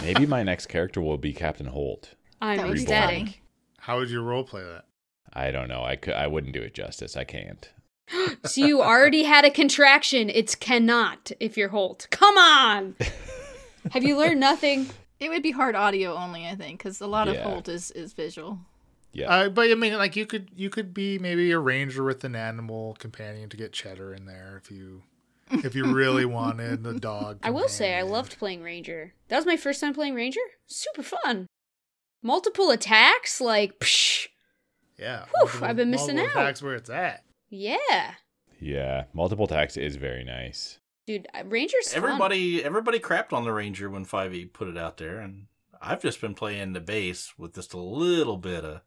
[SPEAKER 3] Maybe my next character will be Captain Holt.
[SPEAKER 4] That
[SPEAKER 5] I'm
[SPEAKER 4] would be
[SPEAKER 5] ecstatic.
[SPEAKER 4] fun.
[SPEAKER 2] How would you role play that?
[SPEAKER 3] I don't know. I could, I wouldn't do it justice. I can't.
[SPEAKER 5] So you already had a contraction. It's cannot if you're Holt. Come on. Have you learned nothing?
[SPEAKER 4] It would be hard audio only, I think, because a lot of
[SPEAKER 3] Yeah.
[SPEAKER 4] Holt is is visual.
[SPEAKER 3] Yeah.
[SPEAKER 2] Uh, but I mean, like you could you could be maybe a ranger with an animal companion to get cheddar in there if you if you really wanted the dog.
[SPEAKER 5] I will say I
[SPEAKER 2] companion.
[SPEAKER 5] loved playing Ranger. That was my first time playing Ranger. Super fun. Multiple attacks, like psh.
[SPEAKER 2] Yeah,
[SPEAKER 5] I've been missing
[SPEAKER 2] multiple
[SPEAKER 5] out.
[SPEAKER 2] attacks where it's at.
[SPEAKER 5] Yeah.
[SPEAKER 3] yeah. Multiple tax is very nice.
[SPEAKER 5] Dude, uh, Ranger's fun.
[SPEAKER 1] Everybody everybody crapped on the Ranger when 5e put it out there and I've just been playing the bass with just a little bit of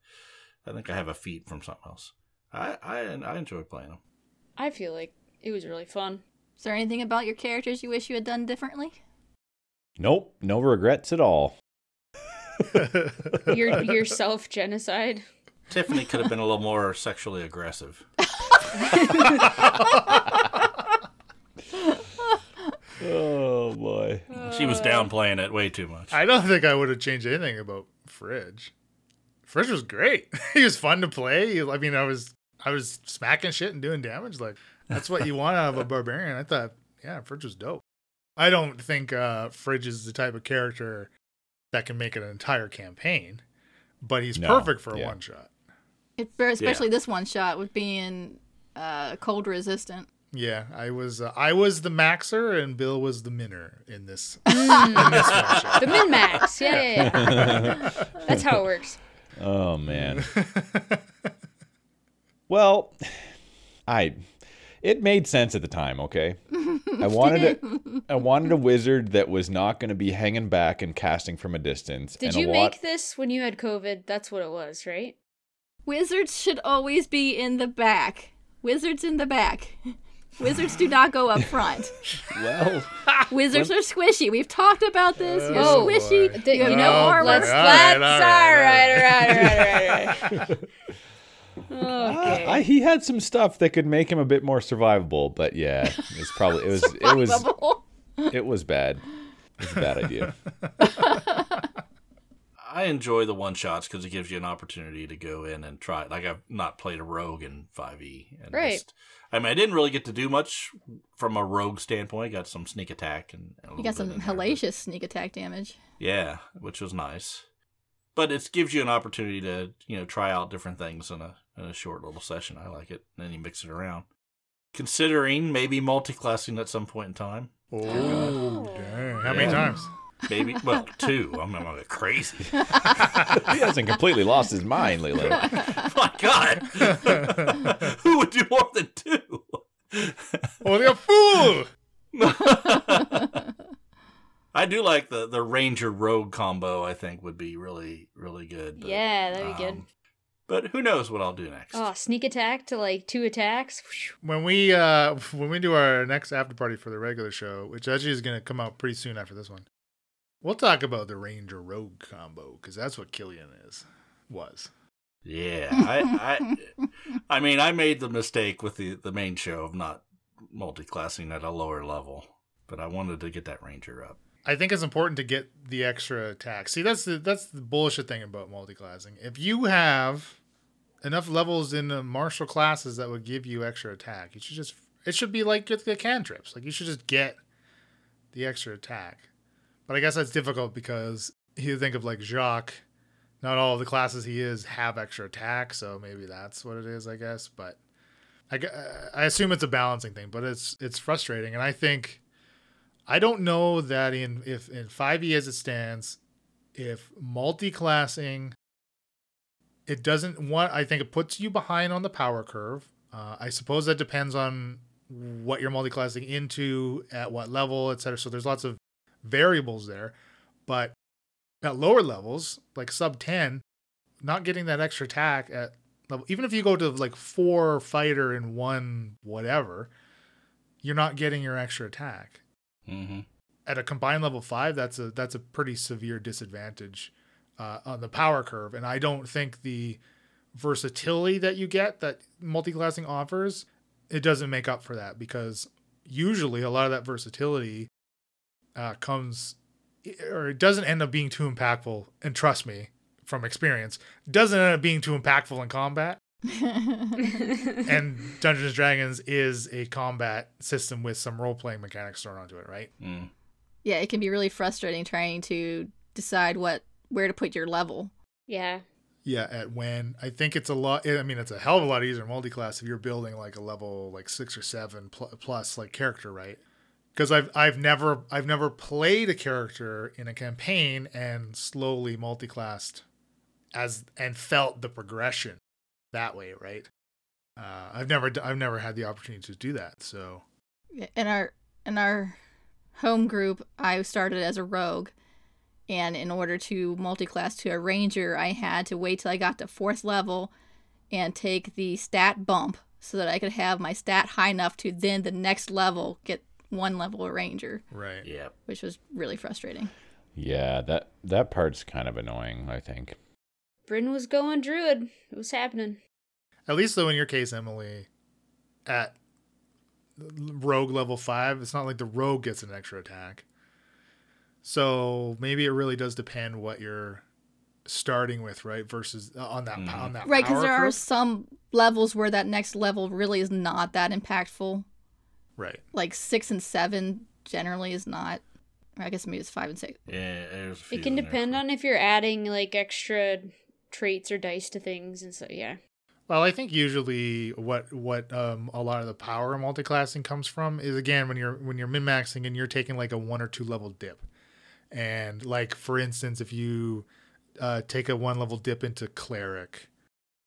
[SPEAKER 1] I think I have a feat from something else. I I, I enjoy playing them.
[SPEAKER 5] I feel like it was really fun.
[SPEAKER 4] Is there anything about your characters you wish you had done differently?
[SPEAKER 3] Nope. No regrets at all.
[SPEAKER 5] Your your self genocide.
[SPEAKER 1] Tiffany could have been a little more sexually aggressive.
[SPEAKER 3] Oh boy.
[SPEAKER 1] She
[SPEAKER 4] Uh,
[SPEAKER 1] was downplaying it way too much.
[SPEAKER 2] I don't think I would have changed anything about Fridge. Fridge was great. he was fun to play. He- I mean, I was I was smacking shit and doing damage. Like that's what you want out of a barbarian. I thought, yeah, Fridge was dope. I don't think uh, Fridge is the type of character that can make an entire campaign, but he's
[SPEAKER 3] No,
[SPEAKER 2] perfect for a
[SPEAKER 3] yeah.
[SPEAKER 2] one shot.
[SPEAKER 4] It, especially this one shot with being uh, cold resistant.
[SPEAKER 2] Yeah, I was uh, I was the maxer and Bill was the minner in this. in this one shot.
[SPEAKER 5] The min max. Yeah, yeah, yeah. That's how it works.
[SPEAKER 3] Oh
[SPEAKER 5] Mm.
[SPEAKER 3] man. well, I it made sense at the time, okay? I wanted a, I wanted a wizard that was not going to be hanging back and casting from a distance
[SPEAKER 5] Did
[SPEAKER 3] and
[SPEAKER 5] you
[SPEAKER 3] a lot
[SPEAKER 5] make this when you had COVID? That's what it was, right?
[SPEAKER 4] Wizards should always be in the back. Wizards in the back. Wizards do not go up front.
[SPEAKER 3] well
[SPEAKER 4] Wizards are squishy. We've talked about this. You're
[SPEAKER 5] Oh,
[SPEAKER 4] squishy.
[SPEAKER 2] boy.
[SPEAKER 5] The-
[SPEAKER 4] you have
[SPEAKER 5] Oh,
[SPEAKER 4] no
[SPEAKER 2] boy.
[SPEAKER 4] armor.
[SPEAKER 5] Let's,
[SPEAKER 2] All right,
[SPEAKER 5] let's,
[SPEAKER 2] all right,
[SPEAKER 5] all right, all right, all right, all right, all right. Okay.
[SPEAKER 3] I, he had some stuff that could make him a bit more survivable, but yeah, it's probably it was it was
[SPEAKER 4] Bubble.
[SPEAKER 3] it was bad. It's a bad idea.
[SPEAKER 1] I enjoy the one shots because it gives you an opportunity to go in and try. Like I've not played a rogue in Five E, and
[SPEAKER 5] Right.
[SPEAKER 1] just- I mean, I didn't really get to do much from a rogue standpoint. Got some sneak attack and a
[SPEAKER 4] You
[SPEAKER 1] little
[SPEAKER 4] got
[SPEAKER 1] bit
[SPEAKER 4] some
[SPEAKER 1] in there, but-
[SPEAKER 4] hellacious sneak attack damage.
[SPEAKER 1] yeah, which was nice. But it gives you an opportunity to you know try out different things in a in a short little session. I like it, and then you mix it around. considering maybe multi-classing at some point in time.
[SPEAKER 2] Oh, dang. How many times?
[SPEAKER 1] Maybe well, two. I'm not gonna go crazy.
[SPEAKER 3] He hasn't completely lost his mind lately.
[SPEAKER 1] My God, who would do more than two?
[SPEAKER 2] Oh, they're a fool!
[SPEAKER 1] I do like the the Ranger Rogue combo. I think would be really really good. but,
[SPEAKER 5] Yeah, that'd be good.
[SPEAKER 1] um, But who knows what I'll do next?
[SPEAKER 5] Oh, sneak attack to like two attacks. Whew.
[SPEAKER 2] When we uh when we do our next after party for the regular show, which actually is gonna come out pretty soon after this one, we'll talk about the Ranger Rogue combo because that's what Killian is was.
[SPEAKER 1] Yeah, I, I, I mean, I made the mistake with the the main show of not multi-classing at a lower level, but I wanted to get that ranger up.
[SPEAKER 2] I think it's important to get the extra attack. See, that's the that's the bullshit thing about multiclassing. If you have enough levels in the martial classes that would give you extra attack, you should just it should be like with the cantrips. Like you should just get the extra attack. But I guess that's difficult because you think of like Jacques, not all of the classes he is have extra attack, so maybe that's what it is, I guess. But I, gu- I assume it's a balancing thing, but it's it's frustrating, and I think. I don't know that in if in 5e as it stands, if multi-classing, it doesn't want. I think it puts you behind on the power curve. Uh, I suppose that depends on what you're multi-classing into, at what level, et cetera. So there's lots of variables there, but at lower levels, like sub 10, not getting that extra attack at level, even if you go to like four fighter and one whatever, you're not getting your extra attack
[SPEAKER 1] Mm-hmm.
[SPEAKER 2] at a combined level five, that's a that's a pretty severe disadvantage uh, on the power curve. And I don't think the versatility that you get that multi-classing offers it doesn't make up for that because usually a lot of that versatility uh, comes or it doesn't end up being too impactful. And trust me from experience, doesn't end up being too impactful in combat and Dungeons and Dragons is a combat system with some role playing mechanics thrown onto it, right?
[SPEAKER 1] Mm.
[SPEAKER 4] yeah, it can be really frustrating trying to decide what where to put your level.
[SPEAKER 5] Yeah.
[SPEAKER 2] Yeah, at when I think it's a lot. I mean, it's a hell of a lot easier in multi-class if you're building like a level like six or seven pl- plus like character, right? Because I've I've never I've never played a character in a campaign and slowly multi-classed as and felt the progression that way, right? Uh, I've never d- I've never had the opportunity to do that, so
[SPEAKER 4] In our in our home group, I started as a rogue, and in order to multi-class to a ranger, I had to wait till I got to fourth level and take the stat bump so that I could have my stat high enough to then the next level get one level a ranger,
[SPEAKER 2] right.
[SPEAKER 1] Yeah,
[SPEAKER 4] which was really frustrating.
[SPEAKER 3] Yeah, that that part's kind of annoying. I think.
[SPEAKER 5] Bryn was going druid. It was happening.
[SPEAKER 2] At least though in your case, Emily, at rogue level five, it's not like the rogue gets an extra attack. So maybe it really does depend what you're starting with, right? Versus uh, on that
[SPEAKER 1] Mhm.
[SPEAKER 2] on that
[SPEAKER 4] Right, because
[SPEAKER 2] power
[SPEAKER 4] there are
[SPEAKER 2] curve.
[SPEAKER 4] some levels where that next level really is not that impactful.
[SPEAKER 2] right.
[SPEAKER 4] Like six and seven generally is not. or I guess maybe it's five and six.
[SPEAKER 1] yeah. There's a few
[SPEAKER 5] It can
[SPEAKER 1] in there
[SPEAKER 5] depend
[SPEAKER 1] for-
[SPEAKER 5] on if you're adding like extra traits or dice to things, and so yeah.
[SPEAKER 2] Well, I think usually what what um, a lot of the power in multiclassing comes from is again when you're when you're min maxing and you're taking like a one or two level dip, and like for instance, if you uh, take a one level dip into cleric,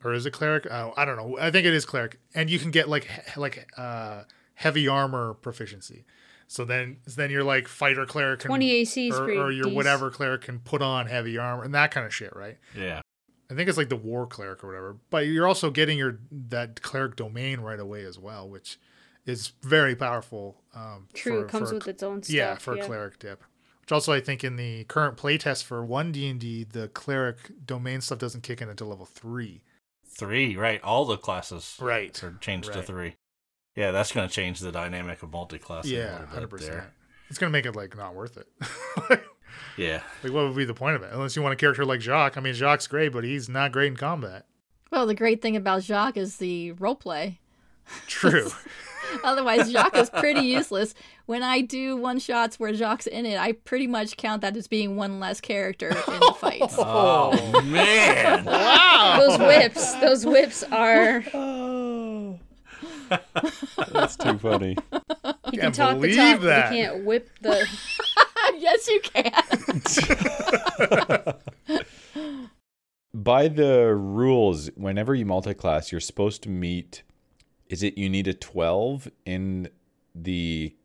[SPEAKER 2] or is it cleric? Oh, I don't know. I think it is cleric, and you can get like he- like uh, heavy armor proficiency. So then so then you're like fighter cleric can,
[SPEAKER 5] 20 AC is
[SPEAKER 2] or,
[SPEAKER 5] pretty
[SPEAKER 2] or your
[SPEAKER 5] decent.
[SPEAKER 2] whatever cleric can put on heavy armor and that kind of shit, right?
[SPEAKER 1] Yeah,
[SPEAKER 2] I think it's like the war cleric or whatever. But you're also getting your that cleric domain right away as well, which is very powerful. Um,
[SPEAKER 5] True,
[SPEAKER 2] for-
[SPEAKER 5] it comes
[SPEAKER 2] for a
[SPEAKER 5] with
[SPEAKER 2] cl-
[SPEAKER 5] its own stuff.
[SPEAKER 2] yeah for a cleric dip. Which also I think in the current playtest for one D and D, the cleric domain stuff doesn't kick in until level three.
[SPEAKER 1] three. Right, all the classes
[SPEAKER 2] Right.
[SPEAKER 1] are changed to
[SPEAKER 2] Right.
[SPEAKER 1] three. Yeah, that's going to change the dynamic of multi-classing. a
[SPEAKER 2] yeah,
[SPEAKER 1] little
[SPEAKER 2] hundred
[SPEAKER 1] bit
[SPEAKER 2] percent.
[SPEAKER 1] there.
[SPEAKER 2] It's gonna make it like not worth it.
[SPEAKER 1] Yeah,
[SPEAKER 2] like what would be the point of it? Unless you want a character like Jacques. I mean, Jacques great, but he's not great in combat.
[SPEAKER 4] Well, the great thing about Jacques is the role play.
[SPEAKER 2] True.
[SPEAKER 4] Otherwise, Jacques is pretty useless. When I do one shots where Jacques in it, I pretty much count that as being one less character in the fights.
[SPEAKER 1] Oh man!
[SPEAKER 2] Oh.
[SPEAKER 5] Those whips, those whips are
[SPEAKER 3] That's too funny.
[SPEAKER 5] He
[SPEAKER 2] Can't
[SPEAKER 5] can talk the
[SPEAKER 2] believe
[SPEAKER 5] talk,
[SPEAKER 2] that.
[SPEAKER 5] but he can't whip the.
[SPEAKER 4] yes, you can.
[SPEAKER 3] By the rules, whenever you multiclass, you're supposed to meet. Is it you need a twelve in the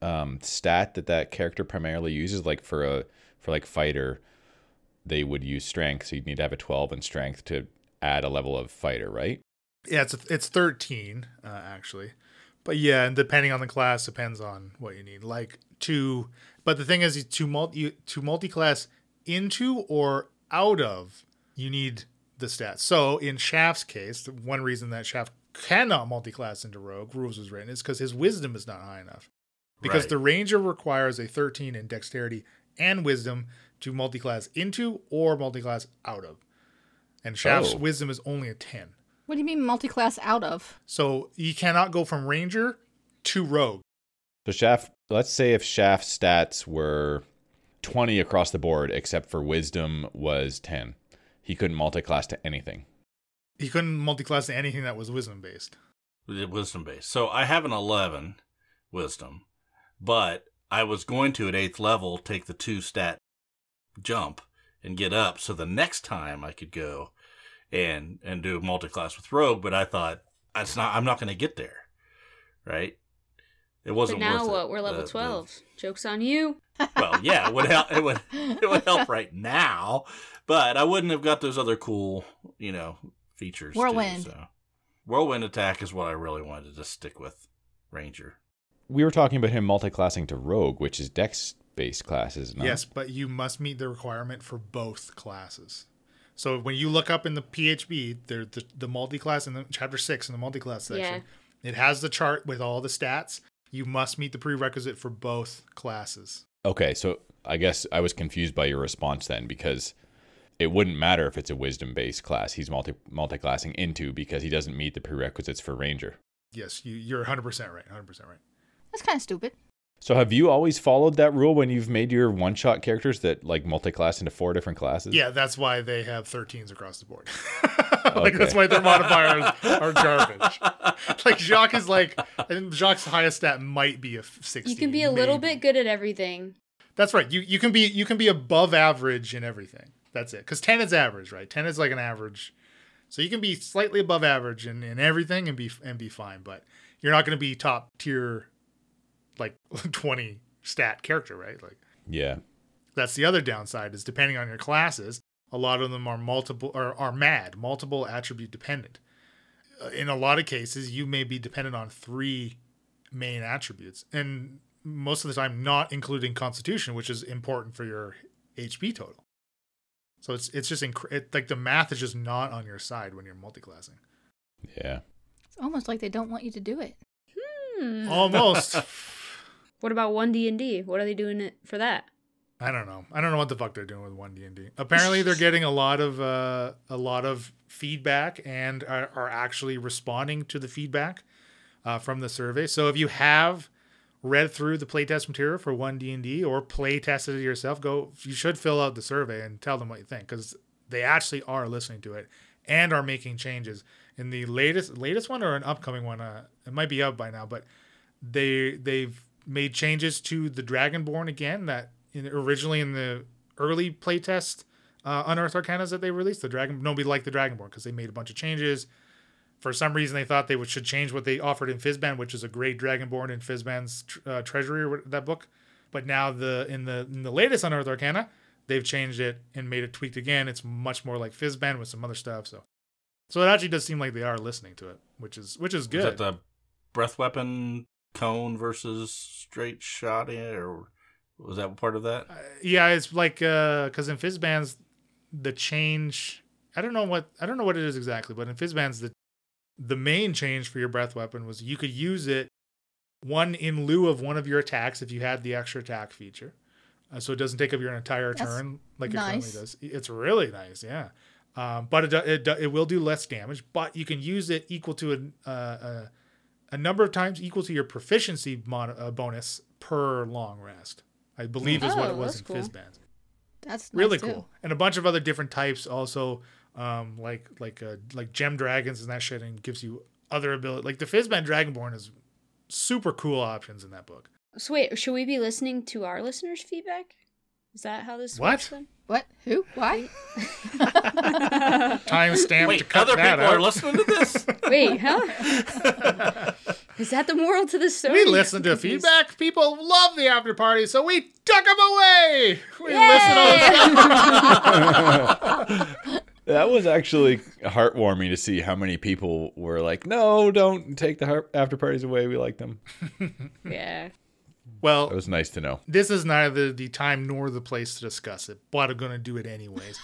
[SPEAKER 3] um, stat that that character primarily uses? Like for a for like fighter, they would use strength, so you need to have a twelve in strength to add a level of fighter, right?
[SPEAKER 2] Yeah, it's it's 13 uh, actually, but yeah, and depending on the class, depends on what you need. Like to, but the thing is, to multi to multi-class into or out of, you need the stats. So in Shaft's case, the one reason that Shaft cannot multi-class into Rogue rules was written is because his wisdom is not high enough. Because
[SPEAKER 1] Right.
[SPEAKER 2] the Ranger requires a 13 in Dexterity and Wisdom to multi-class into or multi-class out of, and Shaft's
[SPEAKER 3] Oh.
[SPEAKER 2] wisdom is only a 10.
[SPEAKER 4] What do you mean multi-class out of?
[SPEAKER 2] So you cannot go from ranger to rogue.
[SPEAKER 3] So Shaft, let's say if Shaft stats were 20 across the board except for wisdom was 10. He couldn't multiclass to anything.
[SPEAKER 2] He couldn't multi-class to anything that was wisdom based.
[SPEAKER 1] wisdom base. So I have an 11 wisdom, but I was going to at eighth level take the two stat jump and get up. So the next time I could go and and do multi class with rogue, but I thought that's not. I'm not going to get there, right? It
[SPEAKER 5] But
[SPEAKER 1] wasn't.
[SPEAKER 5] now
[SPEAKER 1] worth it.
[SPEAKER 5] what? We're level
[SPEAKER 1] The- the-
[SPEAKER 5] twelve. Joke's on you.
[SPEAKER 1] well, yeah, it would help. It would it would help right now, but I wouldn't have got those other cool, you know, features. too,
[SPEAKER 4] Whirlwind.
[SPEAKER 1] so. Whirlwind attack is what I really wanted to just stick with. Ranger.
[SPEAKER 3] We were talking about him multiclassing to rogue, which is dex based classes. Not
[SPEAKER 2] Yes, but you must meet the requirement for both classes. So when you look up in the PHB, there the, the multi-class in the chapter six in the multi-class section, it has the chart with all the stats. You must meet the prerequisite for both classes.
[SPEAKER 3] Okay, so I guess I was confused by your response then because it wouldn't matter if it's a wisdom based class he's multi multiclassing into because he doesn't meet the prerequisites for ranger.
[SPEAKER 2] Yes, you, you're 100% right. 100% right.
[SPEAKER 4] That's kind of stupid.
[SPEAKER 3] So have you always followed that rule when you've made your one shot characters that like multiclass into four different classes?
[SPEAKER 2] Yeah, that's why they have 13s across the board. like that's
[SPEAKER 3] Okay.
[SPEAKER 2] why their modifiers are garbage. like Jacques is like, I think Jacques' highest stat might be a f- 16.
[SPEAKER 5] You can be a little
[SPEAKER 2] maybe.
[SPEAKER 5] bit good at everything.
[SPEAKER 2] That's right. You you can be you can be above average in everything. That's it. Because 10 is average, right? 10 is like an average. So you can be slightly above average in, in everything and be and be fine, but you're not going to be top tier, like 20 stat character, right? Like.
[SPEAKER 3] Yeah.
[SPEAKER 2] That's the other downside is depending on your classes, a lot of them are multiple or are mad, multiple attribute dependent. Uh, In a lot of cases, you may be dependent on three main attributes, and most of the time not including constitution, which is important for your HP total. So it's it's just inc- it, like the math is just not on your side when you're multiclassing.
[SPEAKER 3] Yeah.
[SPEAKER 4] It's almost like they don't want you to do it.
[SPEAKER 5] Hmm.
[SPEAKER 2] Almost.
[SPEAKER 5] What about one D and D? What are they doing it for that?
[SPEAKER 2] I don't know. I don't know what the fuck they're doing with one D and D. Apparently, they're getting a lot of uh, a lot of feedback and are, are actually responding to the feedback uh, from the survey. So if you have read through the playtest material for one D and D or play tested it yourself, go. You should fill out the survey and tell them what you think because they actually are listening to it and are making changes in the latest latest one or an upcoming one. Uh, it might be out by now, but they they've made changes to the Dragonborn again that in, originally in the early playtest uh, Unearthed Arcanas that they released the Dragon nobody liked the Dragonborn because they made a bunch of changes. For some reason, they thought they would, should change what they offered in Fizban, which is a great Dragonborn in Fizban's tr- uh, Treasury, or what- that book. But now the in the in the latest Unearthed Arcana, they've changed it and made it tweaked again. It's much more like Fizban with some other stuff. So, so it actually does seem like they are listening to it, which is which is
[SPEAKER 1] Is that
[SPEAKER 2] good.
[SPEAKER 1] the breath weapon cone versus straight shot? eh, Or was that part of that?
[SPEAKER 2] yeah, it's like because in Fizzbands, the change. I don't know what I don't know what it is exactly, but in Fizzbands, the the main change for your breath weapon was you could use it one in lieu of one of your attacks if you had the extra attack feature, uh, so it doesn't take up your entire
[SPEAKER 4] That's
[SPEAKER 2] turn like it
[SPEAKER 4] nice.
[SPEAKER 2] currently does. It's really nice, yeah. Um, but it, do- it do- it will do less damage, but you can use it equal to an- uh, a a, a number of times equal to your proficiency mon- uh, bonus per long rest. I believe is what
[SPEAKER 5] Oh,
[SPEAKER 2] it was
[SPEAKER 5] that's
[SPEAKER 2] in
[SPEAKER 5] cool.
[SPEAKER 2] Fizzbands
[SPEAKER 4] That's nice
[SPEAKER 2] really
[SPEAKER 4] too.
[SPEAKER 2] cool and a bunch of other different types also um like like uh like gem dragons and that shit and gives you other ability. Like the Fizzbat Dragonborn is super cool options in that book.
[SPEAKER 5] So wait, should we be listening to our listeners' feedback? Is that how this
[SPEAKER 2] What?
[SPEAKER 5] works? then?
[SPEAKER 4] What? Who? Why?
[SPEAKER 2] Timestamp to
[SPEAKER 1] Wait,
[SPEAKER 2] cut
[SPEAKER 1] other
[SPEAKER 2] that
[SPEAKER 1] people are
[SPEAKER 2] out.
[SPEAKER 1] listening to this.
[SPEAKER 5] Wait, huh? Is that the moral to the story?
[SPEAKER 2] We listened to feedback. People love the after party, so we took them away. We listen to
[SPEAKER 3] That was actually heartwarming to see how many people were like, "No, don't take the har- after parties away. We like them."
[SPEAKER 5] Yeah.
[SPEAKER 3] That
[SPEAKER 2] Well,
[SPEAKER 3] was nice to know.
[SPEAKER 2] this is neither the time nor the place to discuss it, but I'm going to do it anyways.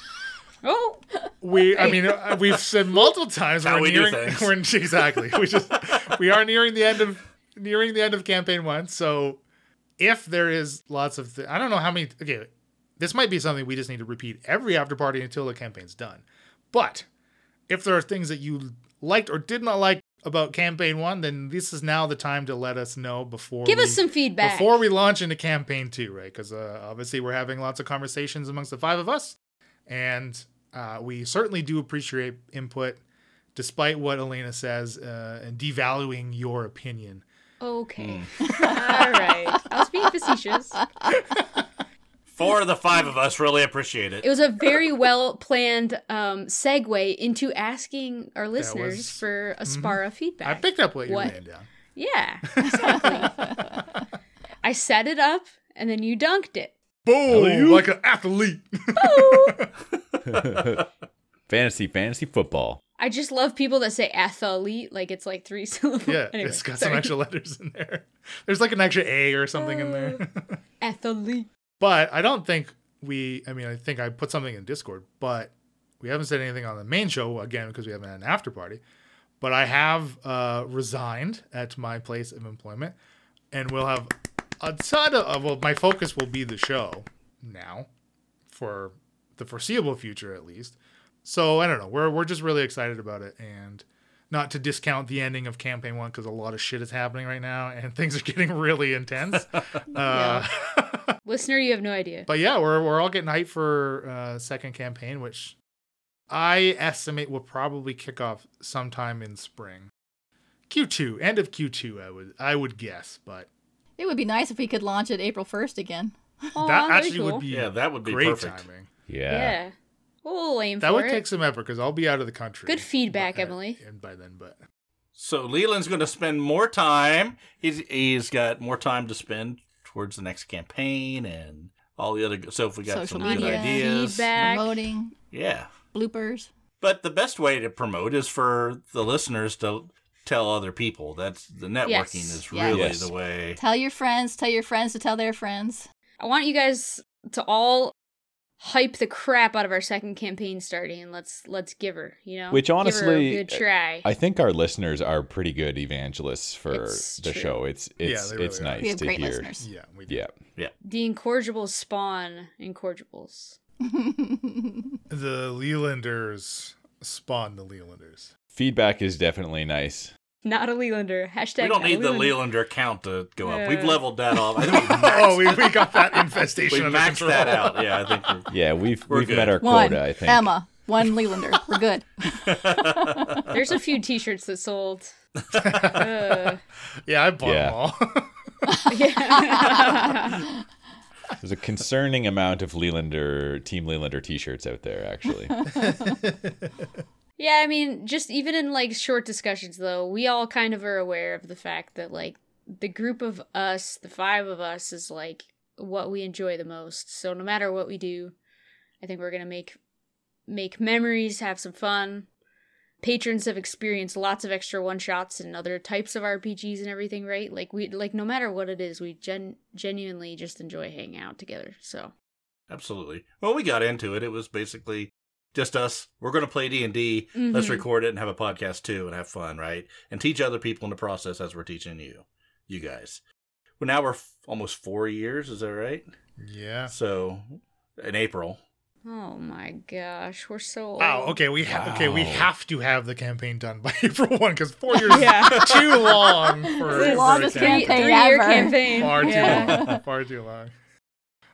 [SPEAKER 5] Oh,
[SPEAKER 2] We, I mean, uh, we've said multiple times
[SPEAKER 1] How
[SPEAKER 2] we're
[SPEAKER 1] we do
[SPEAKER 2] nearing.
[SPEAKER 1] things.
[SPEAKER 2] We're exactly. We just we are nearing the end of nearing the end of campaign one. So if there is lots of, th- I don't know how many. Okay, this might be something we just need to repeat every after party until the campaign's done. But if there are things that you liked or did not like about campaign one, then this is now the time to let us know before.
[SPEAKER 5] give
[SPEAKER 2] we-
[SPEAKER 5] us some feedback.
[SPEAKER 2] before we launch into campaign two, right? Because uh, obviously we're having lots of conversations amongst the five of us, and uh, we certainly do appreciate input, despite what Elena says uh, and devaluing your opinion.
[SPEAKER 5] Okay.
[SPEAKER 2] Hmm.
[SPEAKER 5] All right. I was being facetious.
[SPEAKER 1] Four of the five of us really appreciate it.
[SPEAKER 5] It was a very well planned um, segue into asking our listeners
[SPEAKER 2] was- Mm-hmm.
[SPEAKER 5] for Aspara feedback.
[SPEAKER 2] I picked up what you
[SPEAKER 5] What?
[SPEAKER 2] laying down.
[SPEAKER 5] yeah, exactly. I set it up and then you dunked it.
[SPEAKER 2] Boom! Like an athlete.
[SPEAKER 3] Fantasy, fantasy football.
[SPEAKER 5] I just love people that say athlete, like it's like three syllables.
[SPEAKER 2] yeah,
[SPEAKER 5] Anyway,
[SPEAKER 2] it's got
[SPEAKER 5] sorry. Uh,
[SPEAKER 2] some extra letters in there. There's like an extra A or something in there.
[SPEAKER 5] Athlete.
[SPEAKER 2] but I don't think we. I mean, I think I put something in Discord, but we haven't said anything on the main show again because we haven't had an after party. But I have uh, resigned at my place of employment, and we'll have a ton of. Well, my focus will be the show now, for the foreseeable future at least. So I don't know. We're we're just really excited about it, and not to discount the ending of campaign one because a lot of shit is happening right now, and things are getting really intense. uh,
[SPEAKER 5] Listener, you have no idea.
[SPEAKER 2] but yeah, we're we're all getting hyped for uh, second campaign, which I estimate will probably kick off sometime in spring. Q2, end of Q2, I would I would guess, but
[SPEAKER 4] It would be nice if we could launch it April 1st again.
[SPEAKER 5] Aw,
[SPEAKER 2] that
[SPEAKER 5] very
[SPEAKER 2] actually
[SPEAKER 5] cool.
[SPEAKER 2] would be
[SPEAKER 1] Yeah, that would be
[SPEAKER 2] great
[SPEAKER 1] perfect.
[SPEAKER 2] timing.
[SPEAKER 5] Yeah.
[SPEAKER 3] Yeah.
[SPEAKER 5] We'll aim
[SPEAKER 2] That
[SPEAKER 5] for
[SPEAKER 2] would
[SPEAKER 5] it.
[SPEAKER 2] take some effort because I'll be out of the country.
[SPEAKER 5] Good feedback,
[SPEAKER 2] by-
[SPEAKER 5] Emily.
[SPEAKER 2] And by then, but
[SPEAKER 1] So Leland's going to spend more time. He's he's got more time to spend towards the next campaign and all the other. So if we got
[SPEAKER 4] Social
[SPEAKER 1] some good
[SPEAKER 4] media,
[SPEAKER 1] ideas,
[SPEAKER 5] Back.
[SPEAKER 4] Promoting,
[SPEAKER 1] yeah.
[SPEAKER 4] bloopers.
[SPEAKER 1] But the best way to promote is for the listeners to tell other people. That's the networking
[SPEAKER 5] Yes.
[SPEAKER 1] is
[SPEAKER 4] Yeah.
[SPEAKER 1] really
[SPEAKER 3] Yes.
[SPEAKER 1] the way.
[SPEAKER 4] Tell your friends, tell your friends to tell their friends.
[SPEAKER 5] I want you guys to all hype the crap out of our second campaign starting and let's let's give her, you know.
[SPEAKER 3] Which
[SPEAKER 5] Give her
[SPEAKER 3] honestly, uh,
[SPEAKER 5] a good try.
[SPEAKER 3] I think our listeners are pretty good evangelists for
[SPEAKER 5] It's
[SPEAKER 3] the
[SPEAKER 5] true.
[SPEAKER 3] show. It's it's
[SPEAKER 2] they really
[SPEAKER 3] it's
[SPEAKER 2] are.
[SPEAKER 3] nice
[SPEAKER 4] We have
[SPEAKER 3] to
[SPEAKER 4] great
[SPEAKER 3] hear.
[SPEAKER 4] listeners.
[SPEAKER 2] yeah, we
[SPEAKER 3] Yeah.
[SPEAKER 5] the incorrigibles spawn incorrigibles.
[SPEAKER 2] the Lelanders spawn the Lelanders.
[SPEAKER 3] Feedback is definitely nice.
[SPEAKER 5] Not a Leelander. Hashtag
[SPEAKER 1] We don't
[SPEAKER 5] not a
[SPEAKER 1] need the
[SPEAKER 5] Leelander.
[SPEAKER 1] Leelander count to go up. We've
[SPEAKER 5] Yeah.
[SPEAKER 1] leveled that off. I think we
[SPEAKER 2] oh,
[SPEAKER 1] maxed,
[SPEAKER 2] we, we got that
[SPEAKER 1] we
[SPEAKER 2] infestation under
[SPEAKER 1] maxed
[SPEAKER 2] control.
[SPEAKER 1] that out. Yeah, I think we're
[SPEAKER 3] Yeah, we've
[SPEAKER 1] We're
[SPEAKER 3] we've
[SPEAKER 1] good.
[SPEAKER 3] met our
[SPEAKER 4] One,
[SPEAKER 3] quota, I think.
[SPEAKER 4] Emma. One Leelander. We're good.
[SPEAKER 5] There's a few t-shirts that sold. Uh,
[SPEAKER 2] Yeah, I bought
[SPEAKER 3] Yeah.
[SPEAKER 2] them all.
[SPEAKER 3] There's a concerning amount of Leelander Team Leelander t-shirts out there actually.
[SPEAKER 5] yeah, I mean, just even in like short discussions though, we all kind of are aware of the fact that like the group of us, the five of us is like what we enjoy the most. So no matter what we do, I think we're going to make make memories, have some fun. Patrons have experienced lots of extra one-shots and other types of RPGs and everything, right? Like we like no matter what it is, we gen- genuinely just enjoy hanging out together. So
[SPEAKER 1] Absolutely. When we got into it, it was basically just us. We're going to play D and D. Let's
[SPEAKER 5] Mhm.
[SPEAKER 1] record it and have a podcast too, and have fun, right? And teach other people in the process as we're teaching you, you guys. Well, now we're f- almost four years. Is that right?
[SPEAKER 2] yeah.
[SPEAKER 1] So, in April.
[SPEAKER 5] Oh my gosh, we're so old.
[SPEAKER 2] Wow. Oh, Okay, we ha- okay we
[SPEAKER 3] Wow.
[SPEAKER 2] have to have the campaign done by April one because four years is too long for,
[SPEAKER 4] the
[SPEAKER 2] for
[SPEAKER 4] longest
[SPEAKER 2] a
[SPEAKER 5] Three,
[SPEAKER 2] campaign.
[SPEAKER 4] campaign
[SPEAKER 5] three year
[SPEAKER 4] ever.
[SPEAKER 5] campaign.
[SPEAKER 2] Far too
[SPEAKER 5] Yeah.
[SPEAKER 2] long. Far too long.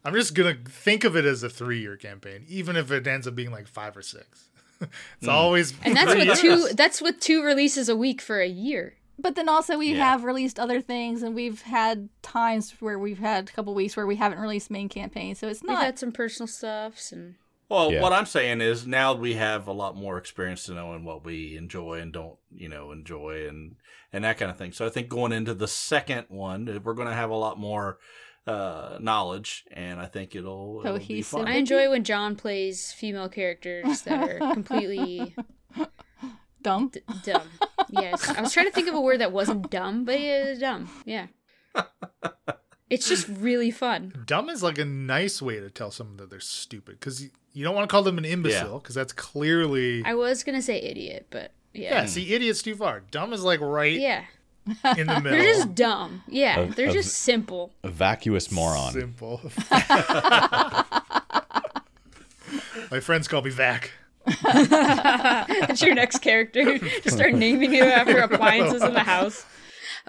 [SPEAKER 2] I'm just gonna think of it as a three year campaign, even if it ends up being like five or six.
[SPEAKER 5] Hmm.
[SPEAKER 2] It's always
[SPEAKER 5] and that's
[SPEAKER 2] three
[SPEAKER 5] with two.
[SPEAKER 2] years.
[SPEAKER 5] That's with two releases a week for a year.
[SPEAKER 4] But then also we
[SPEAKER 1] Yeah.
[SPEAKER 4] have released other things, and we've had times where we've had a couple weeks where we haven't released main campaign, so it's
[SPEAKER 5] We've
[SPEAKER 4] not.
[SPEAKER 5] had some personal stuffs and
[SPEAKER 1] Well,
[SPEAKER 3] Yeah.
[SPEAKER 1] what I'm saying is now we have a lot more experience to knowing what we enjoy and don't, you know, enjoy and and that kind of thing. So I think going into the second one, we're going to have a lot more uh knowledge, and I think it'll, it'll be
[SPEAKER 4] Cohesive.
[SPEAKER 1] fun.
[SPEAKER 5] I enjoy when John plays female characters that are completely
[SPEAKER 4] dumb.
[SPEAKER 5] d- dumb. Yes, I was trying to think of a word that wasn't dumb, but it is dumb. Yeah, it's just really fun.
[SPEAKER 2] Dumb is like a nice way to tell someone that they're stupid because you, you don't want to call them an imbecile because that's clearly.
[SPEAKER 5] I was gonna say idiot, but
[SPEAKER 2] yeah,
[SPEAKER 5] yeah,
[SPEAKER 2] see, idiot's too far. Dumb is like right
[SPEAKER 5] yeah,
[SPEAKER 2] in the
[SPEAKER 5] they're
[SPEAKER 2] middle.
[SPEAKER 5] just dumb. Yeah,
[SPEAKER 3] Of-
[SPEAKER 5] they're
[SPEAKER 3] of-
[SPEAKER 5] just simple.
[SPEAKER 3] A vacuous moron.
[SPEAKER 2] Simple. My friends call me Vac.
[SPEAKER 5] That's your next character. Just start naming him after appliances in the house.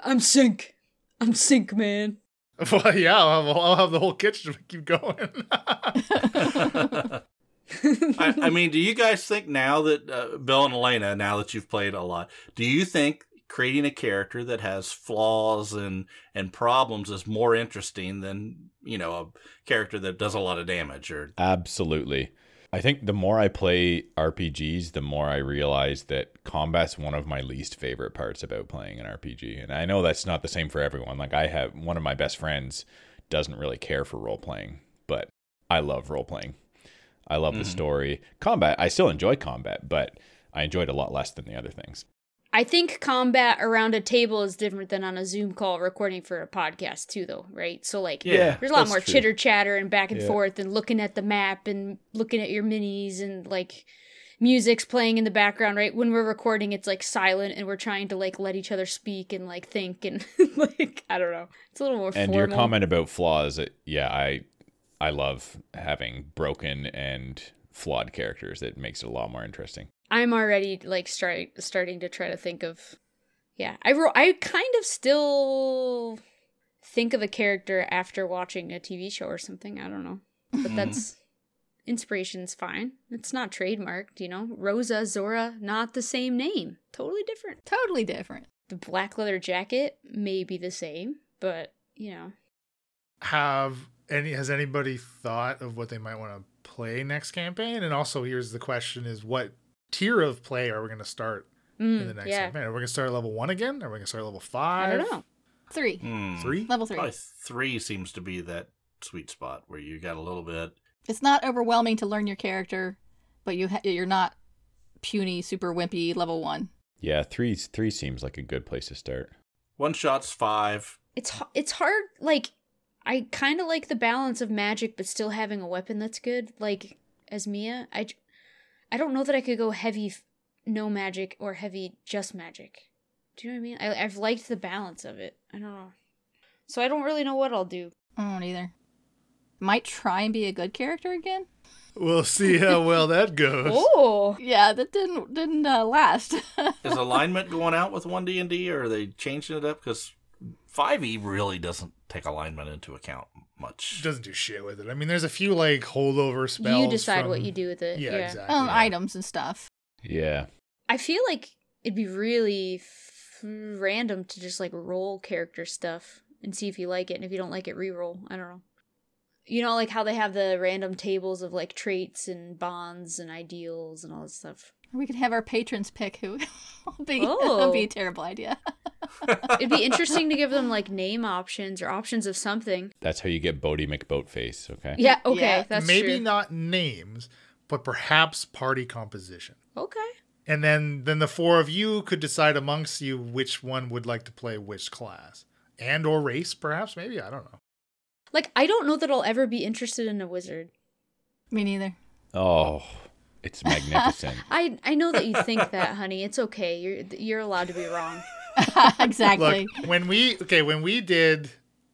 [SPEAKER 5] I'm sink. I'm sink, man.
[SPEAKER 2] Well, yeah, I'll have, I'll have the whole kitchen if I keep going.
[SPEAKER 1] I, I mean, do you guys think now that uh, Bill and Elena, now that you've played a lot, do you think creating a character that has flaws and and problems is more interesting than you know a character that does a lot of damage or
[SPEAKER 3] Absolutely. I think the more I play RPGs, the more I realize that combat's one of my least favorite parts about playing an RPG. And I know that's not the same for everyone. Like I have one of my best friends doesn't really care for role playing, but I love role playing. I love the story. Combat, I still enjoy combat, but I enjoy it a lot less than the other things.
[SPEAKER 5] I think combat around a table is different than on a Zoom call recording for a podcast too, though, right? So like,
[SPEAKER 1] Yeah,
[SPEAKER 5] there's a lot
[SPEAKER 3] that's
[SPEAKER 5] more
[SPEAKER 3] true.
[SPEAKER 5] chitter chatter and back and
[SPEAKER 3] Yeah.
[SPEAKER 5] forth and looking at the map and looking at your minis and like music's playing in the background, right? When we're recording, it's like silent and we're trying to like let each other speak and like think and like I don't know, it's a little more.
[SPEAKER 3] And
[SPEAKER 5] formal.
[SPEAKER 3] your comment about flaws, it- yeah, I I love having broken and flawed characters. It makes it a lot more interesting.
[SPEAKER 5] I'm already like start starting to try to think of yeah. I wrote I kind of still think of a character after watching a TV show or something. I don't know.
[SPEAKER 2] Mm-hmm.
[SPEAKER 5] But that's inspiration's fine. It's not trademarked, you know. Rosa Zora, not the same name. Totally different.
[SPEAKER 4] Totally different.
[SPEAKER 5] The black leather jacket may be the same, but you know.
[SPEAKER 2] have any has anybody thought of what they might want to play next campaign and also here's the question is what tier of play are we going to start in
[SPEAKER 5] Mm,
[SPEAKER 2] the next
[SPEAKER 5] yeah.
[SPEAKER 2] campaign are we going to start at level one again are we going to start at level five
[SPEAKER 5] I don't know.
[SPEAKER 4] Three.
[SPEAKER 1] Hmm.
[SPEAKER 2] three
[SPEAKER 4] Level three.
[SPEAKER 1] Probably three seems to be that sweet spot where you got a little bit.
[SPEAKER 4] It's not overwhelming to learn your character, but you ha- you're not puny, super wimpy level one.
[SPEAKER 3] Yeah, three three seems like a good place to start.
[SPEAKER 1] One shot's five.
[SPEAKER 5] It's h- it's hard like I kind of like the balance of magic but still having a weapon that's good like as Mia. I j- I don't know that I could go heavy f- no magic or heavy just magic. Do you know what I mean? I I've liked the balance of it. I don't know. So I don't really know what I'll do.
[SPEAKER 4] I don't either. Might try and be a good character again.
[SPEAKER 2] we'll see how well that goes
[SPEAKER 5] Oh.
[SPEAKER 4] Yeah, that didn't didn't uh, last.
[SPEAKER 1] Is alignment going out with one D and D, or are they changing it up? Because five E really doesn't take alignment into account much.
[SPEAKER 2] doesn't do shit with it i mean there's a few like holdover spells
[SPEAKER 5] You decide what
[SPEAKER 2] from-
[SPEAKER 5] you do with it.
[SPEAKER 2] yeah,
[SPEAKER 5] yeah.
[SPEAKER 2] exactly
[SPEAKER 4] um, items and stuff.
[SPEAKER 3] Yeah.
[SPEAKER 5] I feel like it'd be really f- random to just like roll character stuff and see if you like it, and if you don't like it, re-roll. I don't know. You know, like how they have the random tables of like traits and bonds and ideals and all this stuff.
[SPEAKER 4] We could have our patrons pick who. would be,
[SPEAKER 5] Oh.
[SPEAKER 4] would be a terrible idea.
[SPEAKER 5] It'd be interesting to give them like name options or options of something.
[SPEAKER 3] That's how you get Bodie McBoatface, okay?
[SPEAKER 5] Yeah, okay,
[SPEAKER 4] Yeah.
[SPEAKER 5] that's
[SPEAKER 2] maybe
[SPEAKER 5] true.
[SPEAKER 2] not names but perhaps party composition
[SPEAKER 5] Okay,
[SPEAKER 2] and then then the four of you could decide amongst you which one would like to play which class and or race perhaps maybe i don't know
[SPEAKER 5] like I don't know that I'll ever be interested in a wizard.
[SPEAKER 4] Me neither.
[SPEAKER 3] Oh, it's magnificent.
[SPEAKER 5] I I know that you think that, honey. It's okay. You're you're allowed to be wrong.
[SPEAKER 4] exactly.
[SPEAKER 2] look when we okay when we did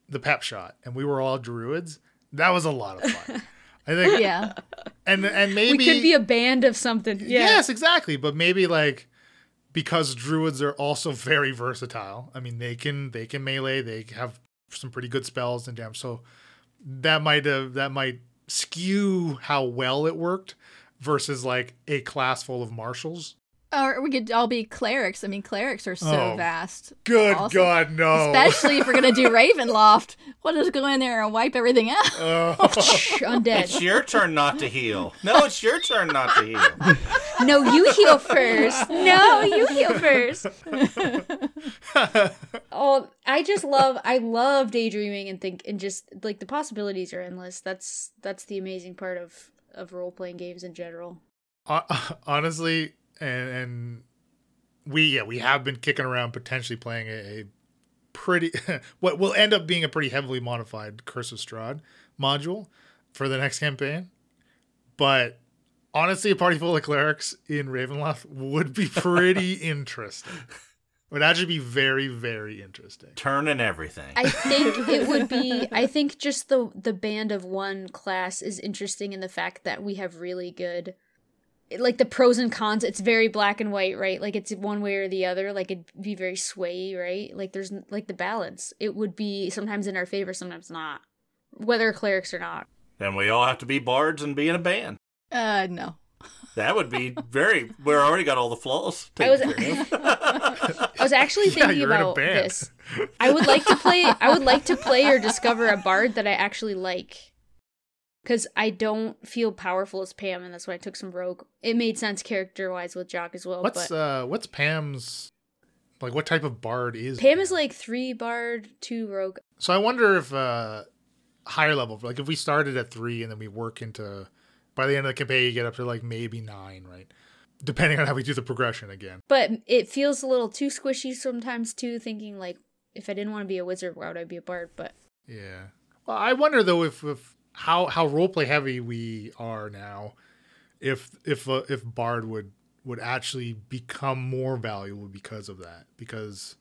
[SPEAKER 2] the pep shot and we were all druids that was a lot of fun i think
[SPEAKER 4] Yeah.
[SPEAKER 2] and and maybe
[SPEAKER 5] we could be a band of something. Yeah.
[SPEAKER 2] yes exactly but maybe like because druids are also very versatile i mean they can they can melee they have some pretty good spells and damage so that might have that might skew how well it worked versus like a class full of marshals.
[SPEAKER 4] Or we could all be clerics. I mean, clerics are so
[SPEAKER 2] Oh,
[SPEAKER 4] vast.
[SPEAKER 2] Good
[SPEAKER 4] Awesome.
[SPEAKER 2] God, no!
[SPEAKER 4] Especially if we're gonna do Ravenloft. What is go in there and wipe everything out?
[SPEAKER 5] Shh, undead.
[SPEAKER 1] It's your turn not to heal. No, it's your turn not to heal.
[SPEAKER 5] No, you heal first. No, you heal first. oh, I just love I love daydreaming and think and just like the possibilities are endless. That's that's the amazing part of of role playing games in general.
[SPEAKER 2] Hon- honestly, and, and we yeah we have been kicking around potentially playing a, a pretty what will end up being a pretty heavily modified Curse of Strahd module for the next campaign, but honestly, a party full of clerics in Ravenloft would be pretty interesting. Would actually be very very interesting.
[SPEAKER 1] Turn and everything.
[SPEAKER 5] I think it would be I think just the the band of one class is interesting in the fact that we have really good like the pros and cons it's very black and white right like it's one way or the other like it'd be very sway right like there's n- like the balance it would be sometimes in our favor sometimes not whether clerics or not
[SPEAKER 1] Then we all have to be bards and be in a band.
[SPEAKER 4] Uh, no.
[SPEAKER 1] That would be very. We're already got all the flaws.
[SPEAKER 5] I was-
[SPEAKER 1] taken care of.
[SPEAKER 5] i was actually
[SPEAKER 2] Yeah,
[SPEAKER 5] thinking
[SPEAKER 2] you're in a
[SPEAKER 5] about
[SPEAKER 2] band.
[SPEAKER 5] this i would like to play i would like to play or discover a bard that i actually like because i don't feel powerful as pam and that's why i took some rogue it made sense character wise with jock as well
[SPEAKER 2] What's
[SPEAKER 5] but
[SPEAKER 2] uh what's Pam's like? What type of bard is
[SPEAKER 5] pam is like three bard two rogue
[SPEAKER 2] So I wonder if uh higher level, like if we started at three and then we work into by the end of the campaign you get up to like maybe nine, right? Depending on how we do the progression again.
[SPEAKER 5] But it feels a little too squishy sometimes too, thinking like if I didn't want to be a wizard, why would I be a bard? But
[SPEAKER 2] Yeah. Well, I wonder though if, if how how roleplay heavy we are now, if if uh, if Bard would would actually become more valuable because of that because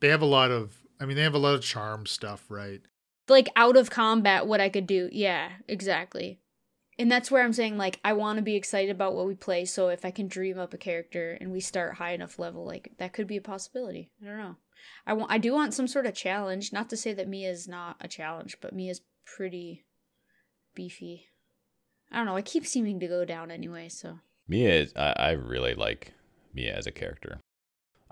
[SPEAKER 2] they have a lot of I mean they have a lot of charm stuff right
[SPEAKER 5] like out of combat what I could do. Yeah, exactly. And that's where I'm saying like I want to be excited about what we play, so if I can dream up a character and we start high enough level, like that could be a possibility. I don't know. I want I do want some sort of challenge, not to say that Mia's not a challenge, but Mia's pretty beefy. I don't know. I keep seeming to go down anyway, so
[SPEAKER 3] Mia is, I, I really like Mia as a character.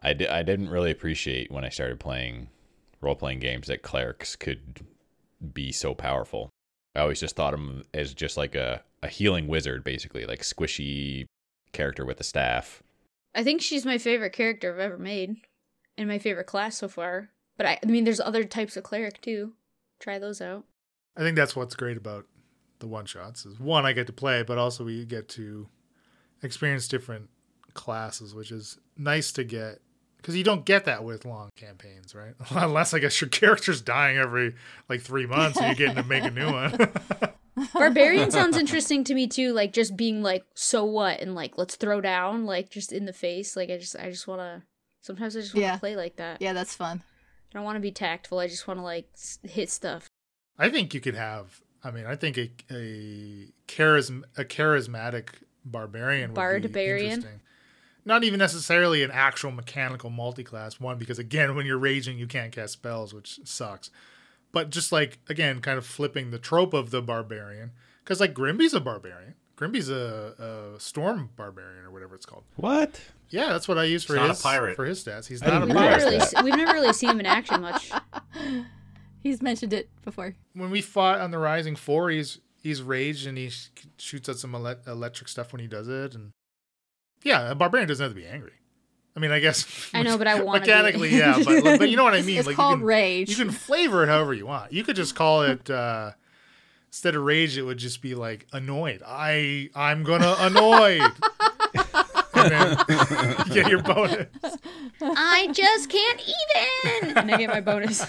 [SPEAKER 3] I, di- I didn't really appreciate when I started playing role playing games that clerics could be so powerful. I always just thought of them as just like a, a healing wizard, basically, like squishy character with a staff.
[SPEAKER 5] I think she's my favorite character I've ever made, and my favorite class so far. But I, I mean, there's other types of cleric too. Try those out.
[SPEAKER 2] I think that's what's great about the one shots is one I get to play, but also we get to experience different classes, which is nice to get because you don't get that with long campaigns, right? Unless I guess your character's dying every like three months and you're getting to make a new one.
[SPEAKER 5] Barbarian sounds interesting to me too. Like just being like, so what, and like let's throw down, like just in the face. Like I just, I just want to. Sometimes I just want to
[SPEAKER 4] Yeah.
[SPEAKER 5] play like that.
[SPEAKER 4] Yeah, that's fun.
[SPEAKER 5] I don't want to be tactful. I just want to like s- hit stuff.
[SPEAKER 2] I think you could have. I mean, I think a a charism a charismatic barbarian would
[SPEAKER 5] Bardbarian?
[SPEAKER 2] be interesting. Not even necessarily an actual mechanical multi-class one, because again, when you're raging, you can't cast spells, which sucks. But just like again, kind of flipping the trope of the barbarian, because like Grimby's a barbarian. Grimby's a, a storm barbarian or whatever it's called.
[SPEAKER 3] What?
[SPEAKER 2] Yeah, that's what I use for
[SPEAKER 1] not a
[SPEAKER 2] his
[SPEAKER 1] pirate.
[SPEAKER 2] for his stats. He's
[SPEAKER 3] I
[SPEAKER 2] not a
[SPEAKER 3] didn't
[SPEAKER 5] We've
[SPEAKER 3] realize
[SPEAKER 5] never,
[SPEAKER 2] pirate.
[SPEAKER 5] really,
[SPEAKER 3] that.
[SPEAKER 5] s- we've never really seen him in action much.
[SPEAKER 4] He's mentioned it before.
[SPEAKER 2] when we fought on the Rising Four, he's he's raged and he sh- shoots at some ele- electric stuff when he does it, and yeah, a barbarian doesn't have to be angry. I mean, I guess
[SPEAKER 5] I know, but I wanna be.
[SPEAKER 2] mechanically, yeah, but, but you know what I mean.
[SPEAKER 4] It's
[SPEAKER 2] like
[SPEAKER 4] called
[SPEAKER 2] you can,
[SPEAKER 4] rage.
[SPEAKER 2] You can flavor it however you want. You could just call it uh, instead of rage, it would just be like annoyed. I I'm gonna annoyed. and then you get your bonus.
[SPEAKER 5] I just can't even. And I get my bonus.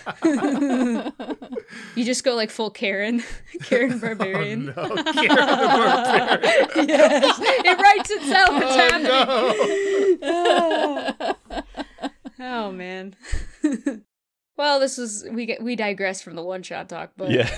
[SPEAKER 5] you just go like full Karen, Karen Barbarian.
[SPEAKER 2] No, Karen,
[SPEAKER 5] Yes. It writes itself. It's happening. Oh man. well, this was we get we digress from the one shot talk, but
[SPEAKER 3] Yeah.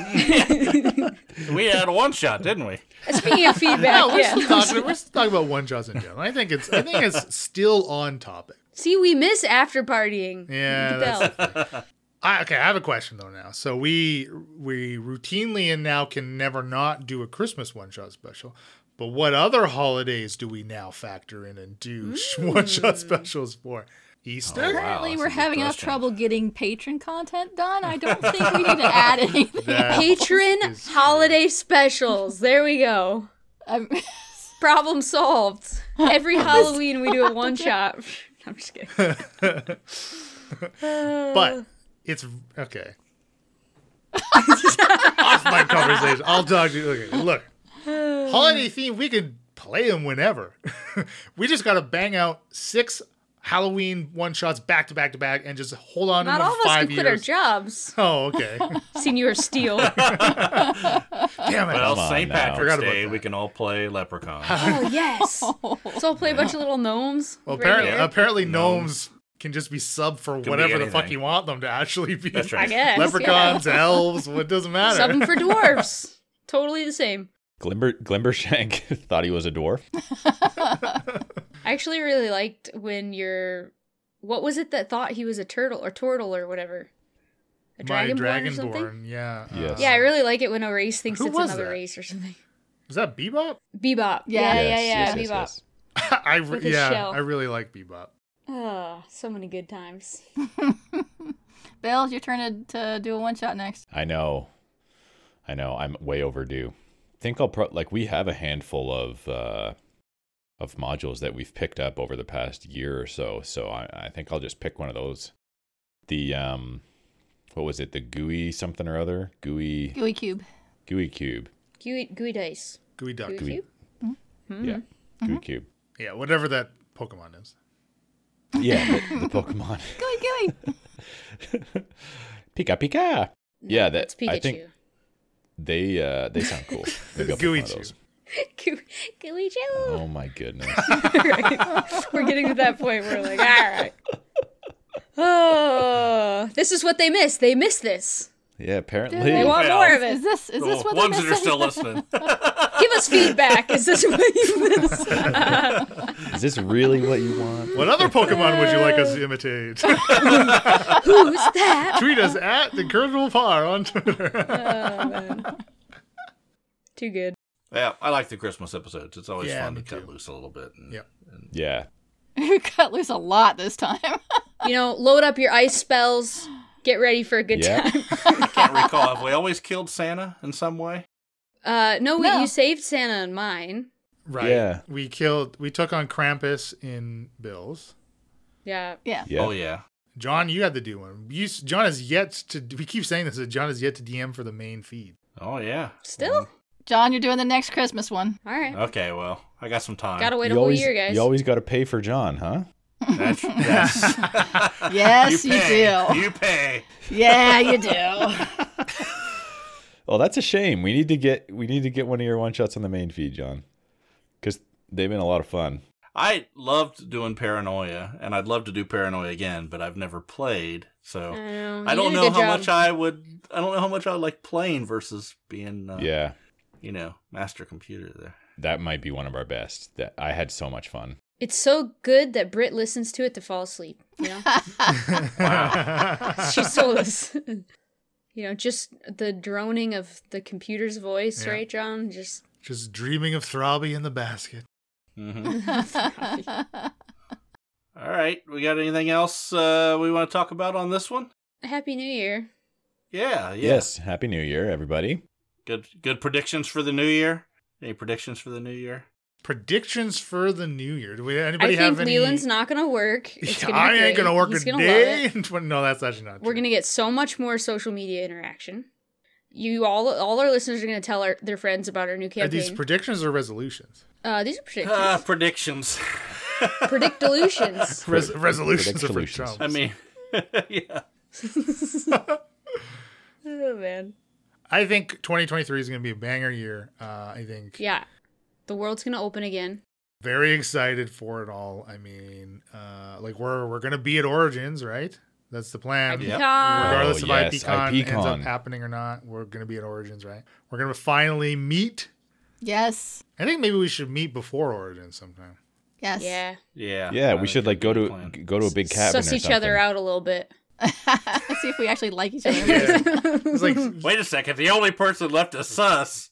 [SPEAKER 1] we had one shot, didn't we?
[SPEAKER 5] speaking of feedback,
[SPEAKER 2] No, we're,
[SPEAKER 5] yeah.
[SPEAKER 2] still talking, we're still talking about one shots in general. I think it's I think it's still on topic.
[SPEAKER 5] See, we miss after partying.
[SPEAKER 2] Yeah,
[SPEAKER 5] Bell.
[SPEAKER 2] that's I, okay. I have a question though now. So we we routinely and now can never not do a Christmas one shot special, But what other holidays do we now factor in and do one shot
[SPEAKER 5] Mm.
[SPEAKER 2] specials for? Easter?
[SPEAKER 1] Oh, wow.
[SPEAKER 4] Currently,
[SPEAKER 1] that's a
[SPEAKER 4] we're
[SPEAKER 1] good
[SPEAKER 4] having enough
[SPEAKER 1] question.
[SPEAKER 4] trouble getting patron content done. I don't think we need to add anything.
[SPEAKER 2] That-
[SPEAKER 5] Patron
[SPEAKER 2] is true.
[SPEAKER 5] holiday specials. There we go.
[SPEAKER 4] I'm,
[SPEAKER 5] Problem solved. Every Halloween we do a one shot. I'm just kidding. Uh.
[SPEAKER 2] But it's okay. Off my conversation. I'll talk to you. Okay, look, holiday theme. We can play them whenever. we just gotta bang out six Halloween one shots back to back to back, and just hold on to
[SPEAKER 5] Not
[SPEAKER 2] them
[SPEAKER 5] all
[SPEAKER 2] for
[SPEAKER 5] of us
[SPEAKER 2] five
[SPEAKER 5] can quit our
[SPEAKER 2] years.
[SPEAKER 5] jobs.
[SPEAKER 2] Oh, okay.
[SPEAKER 5] Senior Steel.
[SPEAKER 2] Damn it.
[SPEAKER 1] Well,
[SPEAKER 3] Come on
[SPEAKER 1] St.
[SPEAKER 3] now.
[SPEAKER 1] Patrick's
[SPEAKER 2] Forgot about
[SPEAKER 1] Day,
[SPEAKER 2] that.
[SPEAKER 1] we can all play Leprechaun.
[SPEAKER 5] oh yes. Let's all play a bunch of little gnomes.
[SPEAKER 2] Well,
[SPEAKER 5] right
[SPEAKER 2] apparently,
[SPEAKER 5] here.
[SPEAKER 2] apparently gnomes can just be sub for
[SPEAKER 1] be
[SPEAKER 2] whatever the fuck
[SPEAKER 1] anything.
[SPEAKER 2] you want them to actually be.
[SPEAKER 1] That's
[SPEAKER 5] I
[SPEAKER 1] right.
[SPEAKER 5] guess.
[SPEAKER 2] Leprechauns, elves, what doesn't
[SPEAKER 5] Yeah.
[SPEAKER 2] matter.
[SPEAKER 5] Subbing for dwarves. Totally the same.
[SPEAKER 3] Glimber Glimbershank thought he was a dwarf.
[SPEAKER 5] I actually really liked when your what was it that thought he was a turtle or turtle or whatever? A
[SPEAKER 2] My
[SPEAKER 5] dragonborn, or something?
[SPEAKER 2] dragonborn, yeah.
[SPEAKER 3] Yes.
[SPEAKER 5] Yeah, I really like it when a race thinks
[SPEAKER 2] Who
[SPEAKER 5] it's
[SPEAKER 2] was
[SPEAKER 5] another
[SPEAKER 2] that?
[SPEAKER 5] race or something.
[SPEAKER 2] Is that Bebop?
[SPEAKER 5] Bebop.
[SPEAKER 4] Yeah.
[SPEAKER 5] Yeah, yeah, yeah.
[SPEAKER 3] Yes, yes, yes,
[SPEAKER 5] Bebop.
[SPEAKER 3] yes.
[SPEAKER 2] I re-
[SPEAKER 5] With his
[SPEAKER 2] yeah,
[SPEAKER 5] shell.
[SPEAKER 2] I really like Bebop.
[SPEAKER 5] Oh, so many good times.
[SPEAKER 4] Bill, it's your turn to, to do a one shot next.
[SPEAKER 3] I know. I know. I'm way overdue. think I'll pro- like we have a handful of uh of modules that we've picked up over the past year or so. So I, I think I'll just pick one of those. The um what was it? The GUI something or other? GUI
[SPEAKER 4] Gooey Cube.
[SPEAKER 3] GUI cube.
[SPEAKER 5] Gooey, gooey dice.
[SPEAKER 2] Gooey Duck.
[SPEAKER 5] Gooey cube? Hmm.
[SPEAKER 3] Yeah.
[SPEAKER 5] Mm-hmm.
[SPEAKER 3] GUI cube.
[SPEAKER 2] Yeah, whatever that Pokemon is.
[SPEAKER 3] Yeah, the, the Pokemon.
[SPEAKER 4] Gooey Gooey.
[SPEAKER 3] Pika Pika. Yeah, that
[SPEAKER 5] It's Pikachu.
[SPEAKER 3] I think they uh they sound cool. Maybe I'll pick
[SPEAKER 2] Gooey
[SPEAKER 3] one of
[SPEAKER 2] Cube.
[SPEAKER 3] those.
[SPEAKER 5] Gooey, gooey Joe.
[SPEAKER 3] Oh my goodness.
[SPEAKER 5] We're getting to that point where we're like, all right. Oh, this is what they missed. They missed this.
[SPEAKER 3] Yeah,
[SPEAKER 5] They
[SPEAKER 3] apparently.
[SPEAKER 5] want
[SPEAKER 1] Well,
[SPEAKER 5] more of it.
[SPEAKER 4] Is this is this
[SPEAKER 1] The Oh,
[SPEAKER 4] what
[SPEAKER 1] ones
[SPEAKER 4] they're
[SPEAKER 1] that are still listening.
[SPEAKER 5] Give us feedback. Is this what you missed?
[SPEAKER 3] Is this really what you want?
[SPEAKER 2] What other Pokemon would you like us to imitate?
[SPEAKER 5] Who's that?
[SPEAKER 2] Tweet us at the Curvable Par on Twitter.
[SPEAKER 5] Too good.
[SPEAKER 1] yeah, I like the Christmas episodes. It's always
[SPEAKER 2] Yeah,
[SPEAKER 1] fun to
[SPEAKER 2] me
[SPEAKER 1] cut
[SPEAKER 2] too.
[SPEAKER 1] loose a little bit. And,
[SPEAKER 2] Yep.
[SPEAKER 3] Yeah.
[SPEAKER 4] We cut loose a lot this time.
[SPEAKER 5] You know, load up your ice spells. Get ready for a good
[SPEAKER 3] Yeah.
[SPEAKER 5] time.
[SPEAKER 1] I can't recall. Have we always killed Santa in some way?
[SPEAKER 5] Uh, no, wait,
[SPEAKER 4] No.
[SPEAKER 5] you saved Santa and mine.
[SPEAKER 2] right.
[SPEAKER 3] Yeah.
[SPEAKER 2] We killed. We took on Krampus in Bills.
[SPEAKER 5] Yeah.
[SPEAKER 4] yeah.
[SPEAKER 3] Yeah.
[SPEAKER 1] Oh, yeah.
[SPEAKER 2] John, you had to do one. You, s- John has yet to. We keep saying this. That John has yet to DM for the main feed.
[SPEAKER 1] Oh, yeah. Mm-hmm.
[SPEAKER 5] Still?
[SPEAKER 4] John, you're doing the next Christmas one.
[SPEAKER 5] All right.
[SPEAKER 1] Okay, well, I got some time.
[SPEAKER 5] Gotta wait
[SPEAKER 3] Uh, you
[SPEAKER 5] a whole
[SPEAKER 3] always,
[SPEAKER 5] year, guys.
[SPEAKER 3] You always got to pay for John, huh?
[SPEAKER 1] That's, yes.
[SPEAKER 4] Yes, you,
[SPEAKER 1] pay.
[SPEAKER 4] do.
[SPEAKER 1] You pay.
[SPEAKER 4] Yeah, you do.
[SPEAKER 3] Well, Oh, that's a shame. We need to get we need to get one of your one shots on the main feed, John, because they've been a lot of fun.
[SPEAKER 1] I loved doing Paranoia, and I'd love to do Paranoia again, but I've never played, so.
[SPEAKER 5] I know.
[SPEAKER 1] I
[SPEAKER 5] Mm, You
[SPEAKER 1] don't
[SPEAKER 5] did
[SPEAKER 1] know
[SPEAKER 5] a good
[SPEAKER 1] how
[SPEAKER 5] job.
[SPEAKER 1] much I would. I don't know how much I would like playing versus being, uh,
[SPEAKER 3] yeah,
[SPEAKER 1] you know, master computer there.
[SPEAKER 3] that might be one of our best. That I had so much fun.
[SPEAKER 5] It's so good that Britt listens to it to fall asleep. You know? she sold us. you know, just the droning of the computer's voice,
[SPEAKER 2] Yeah.
[SPEAKER 5] right, John? Just
[SPEAKER 2] Just dreaming of Throbby in the basket.
[SPEAKER 3] Mm-hmm.
[SPEAKER 1] Mhm. All right, we got anything else uh, we want to talk about on this one?
[SPEAKER 5] Happy New Year.
[SPEAKER 1] Yeah, yeah.
[SPEAKER 3] Yes, happy New Year, everybody.
[SPEAKER 1] Good, good predictions for the new year. Any predictions for the new year?
[SPEAKER 2] Predictions for the new year. Do we anybody
[SPEAKER 5] I
[SPEAKER 2] have
[SPEAKER 5] think
[SPEAKER 2] any?
[SPEAKER 5] Leland's not gonna work. It's gonna be
[SPEAKER 2] I ain't
[SPEAKER 5] great.
[SPEAKER 2] gonna work
[SPEAKER 5] He's
[SPEAKER 2] a
[SPEAKER 5] gonna love
[SPEAKER 2] day.
[SPEAKER 5] it.
[SPEAKER 2] in twen- no, that's actually not.
[SPEAKER 5] We're
[SPEAKER 2] true.
[SPEAKER 5] gonna get so much more social media interaction. You all, all our listeners are gonna tell our, their friends about our new
[SPEAKER 2] Are
[SPEAKER 5] campaign.
[SPEAKER 2] these predictions or resolutions?
[SPEAKER 5] uh, these are predictions,
[SPEAKER 1] Ah, predictions.
[SPEAKER 5] predict delusions.
[SPEAKER 2] Res- resolutions are for
[SPEAKER 3] predictions.
[SPEAKER 2] Trump.
[SPEAKER 1] I mean, yeah.
[SPEAKER 5] oh man,
[SPEAKER 2] I think 2023 is going to be a banger year. Uh, I think
[SPEAKER 5] yeah, the world's gonna open again.
[SPEAKER 2] very excited for it all. I mean, uh, like we're we're going to be at Origins, right? That's the plan.
[SPEAKER 1] Yep.
[SPEAKER 5] Pecan.
[SPEAKER 2] Regardless
[SPEAKER 3] Oh,
[SPEAKER 2] if
[SPEAKER 3] yes,
[SPEAKER 2] IPCon, ends up
[SPEAKER 3] IPCon.
[SPEAKER 2] happening or not, we're going to be at Origins, right? We're going to finally meet.
[SPEAKER 4] yes.
[SPEAKER 2] I think maybe we should meet before Origins sometime.
[SPEAKER 4] Yes.
[SPEAKER 5] Yeah,
[SPEAKER 1] Yeah.
[SPEAKER 3] Yeah,
[SPEAKER 1] I
[SPEAKER 3] we should
[SPEAKER 1] think
[SPEAKER 3] like go
[SPEAKER 1] that's a
[SPEAKER 3] to
[SPEAKER 1] good plan.
[SPEAKER 3] go to a big cabin
[SPEAKER 5] suss
[SPEAKER 3] or
[SPEAKER 5] each other
[SPEAKER 3] something.
[SPEAKER 5] out a little bit.
[SPEAKER 4] Let's see if we actually like each other.
[SPEAKER 2] It's like
[SPEAKER 1] Wait a second. The only person left to sus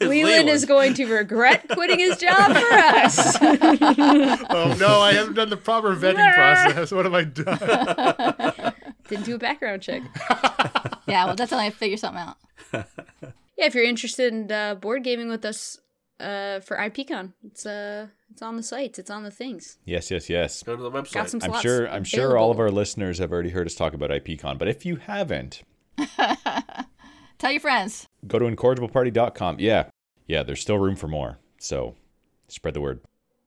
[SPEAKER 5] Leland is going to regret quitting his job for us.
[SPEAKER 2] Oh no, I haven't done the proper vetting process. What have I done?
[SPEAKER 5] Didn't do a background check.
[SPEAKER 4] Yeah, we'll definitely figure something out.
[SPEAKER 5] Yeah, if you're interested in uh, board gaming with us uh, for IPCon, it's uh, it's on the sites, it's on the things.
[SPEAKER 3] Yes, yes, yes.
[SPEAKER 1] Go to the website.
[SPEAKER 5] Got some
[SPEAKER 3] I'm
[SPEAKER 5] slots
[SPEAKER 3] sure. I'm sure all of
[SPEAKER 5] available.
[SPEAKER 3] our listeners have already heard us talk about IPCon, but if you haven't,
[SPEAKER 4] Tell your friends.
[SPEAKER 3] go to incorrigibleparty.com. Yeah, yeah. There's still room for more, so spread the word.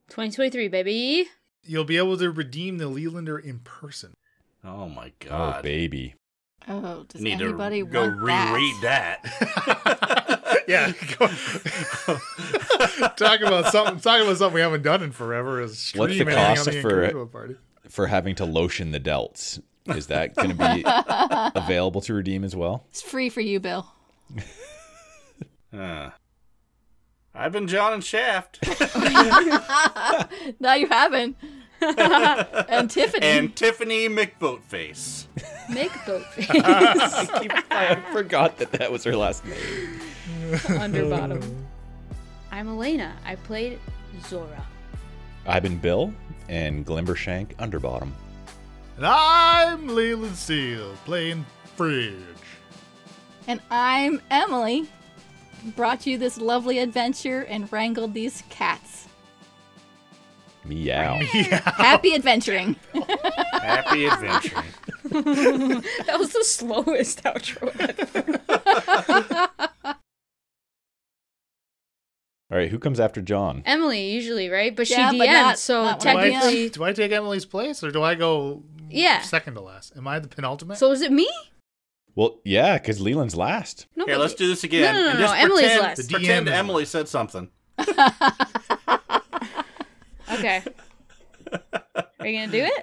[SPEAKER 5] 2023, baby.
[SPEAKER 2] You'll be able to redeem the Leelander in person.
[SPEAKER 1] oh my
[SPEAKER 3] Oh,
[SPEAKER 1] god!
[SPEAKER 3] baby.
[SPEAKER 4] Oh, does
[SPEAKER 1] Need
[SPEAKER 4] anybody
[SPEAKER 1] to go
[SPEAKER 4] want that?
[SPEAKER 1] reread that.
[SPEAKER 2] Yeah. go- talk about something. Talk about something we haven't done in forever. Is
[SPEAKER 3] What's the
[SPEAKER 2] streaming on
[SPEAKER 3] cost
[SPEAKER 2] the
[SPEAKER 3] for it?
[SPEAKER 2] Incorrigible Party.
[SPEAKER 3] For having to lotion the delts, is that going to be available to redeem as well?
[SPEAKER 4] It's free for you, Bill.
[SPEAKER 1] Huh. I've been John and Shaft
[SPEAKER 4] No, you haven't. and Tiffany.
[SPEAKER 1] and Tiffany McBoatface.
[SPEAKER 5] Make boat
[SPEAKER 3] I, keep, I forgot that that was her last name.
[SPEAKER 5] under bottom. I'm Elena. I played Zora.
[SPEAKER 3] I've been Bill and Glimbershank Underbottom.
[SPEAKER 2] And I'm Leland Seal playing Fridge.
[SPEAKER 4] And I'm Emily. Brought you this lovely adventure and wrangled these cats.
[SPEAKER 3] Meow.
[SPEAKER 4] Happy adventuring.
[SPEAKER 1] Happy adventuring.
[SPEAKER 5] That was the slowest outro.
[SPEAKER 3] All right, who comes after John?
[SPEAKER 5] Emily usually, right? But
[SPEAKER 4] Yeah,
[SPEAKER 5] she
[SPEAKER 4] but
[SPEAKER 5] DM'd,
[SPEAKER 4] not-
[SPEAKER 5] so
[SPEAKER 4] not
[SPEAKER 2] Do I,
[SPEAKER 4] when
[SPEAKER 5] technically,
[SPEAKER 2] do I take Emily's place or do I go
[SPEAKER 5] yeah.
[SPEAKER 2] second to last? Am I the penultimate?
[SPEAKER 5] So is it me?
[SPEAKER 3] Well, yeah, because Leland's last.
[SPEAKER 5] No,
[SPEAKER 1] Here,
[SPEAKER 5] but-
[SPEAKER 1] let's do this again.
[SPEAKER 5] No, no, no,
[SPEAKER 1] and
[SPEAKER 5] no,
[SPEAKER 1] just
[SPEAKER 5] Emily's
[SPEAKER 1] pretend,
[SPEAKER 5] last.
[SPEAKER 2] The
[SPEAKER 1] Pretend
[SPEAKER 2] DM is
[SPEAKER 1] Emily said something.
[SPEAKER 5] Okay. Are you gonna do it?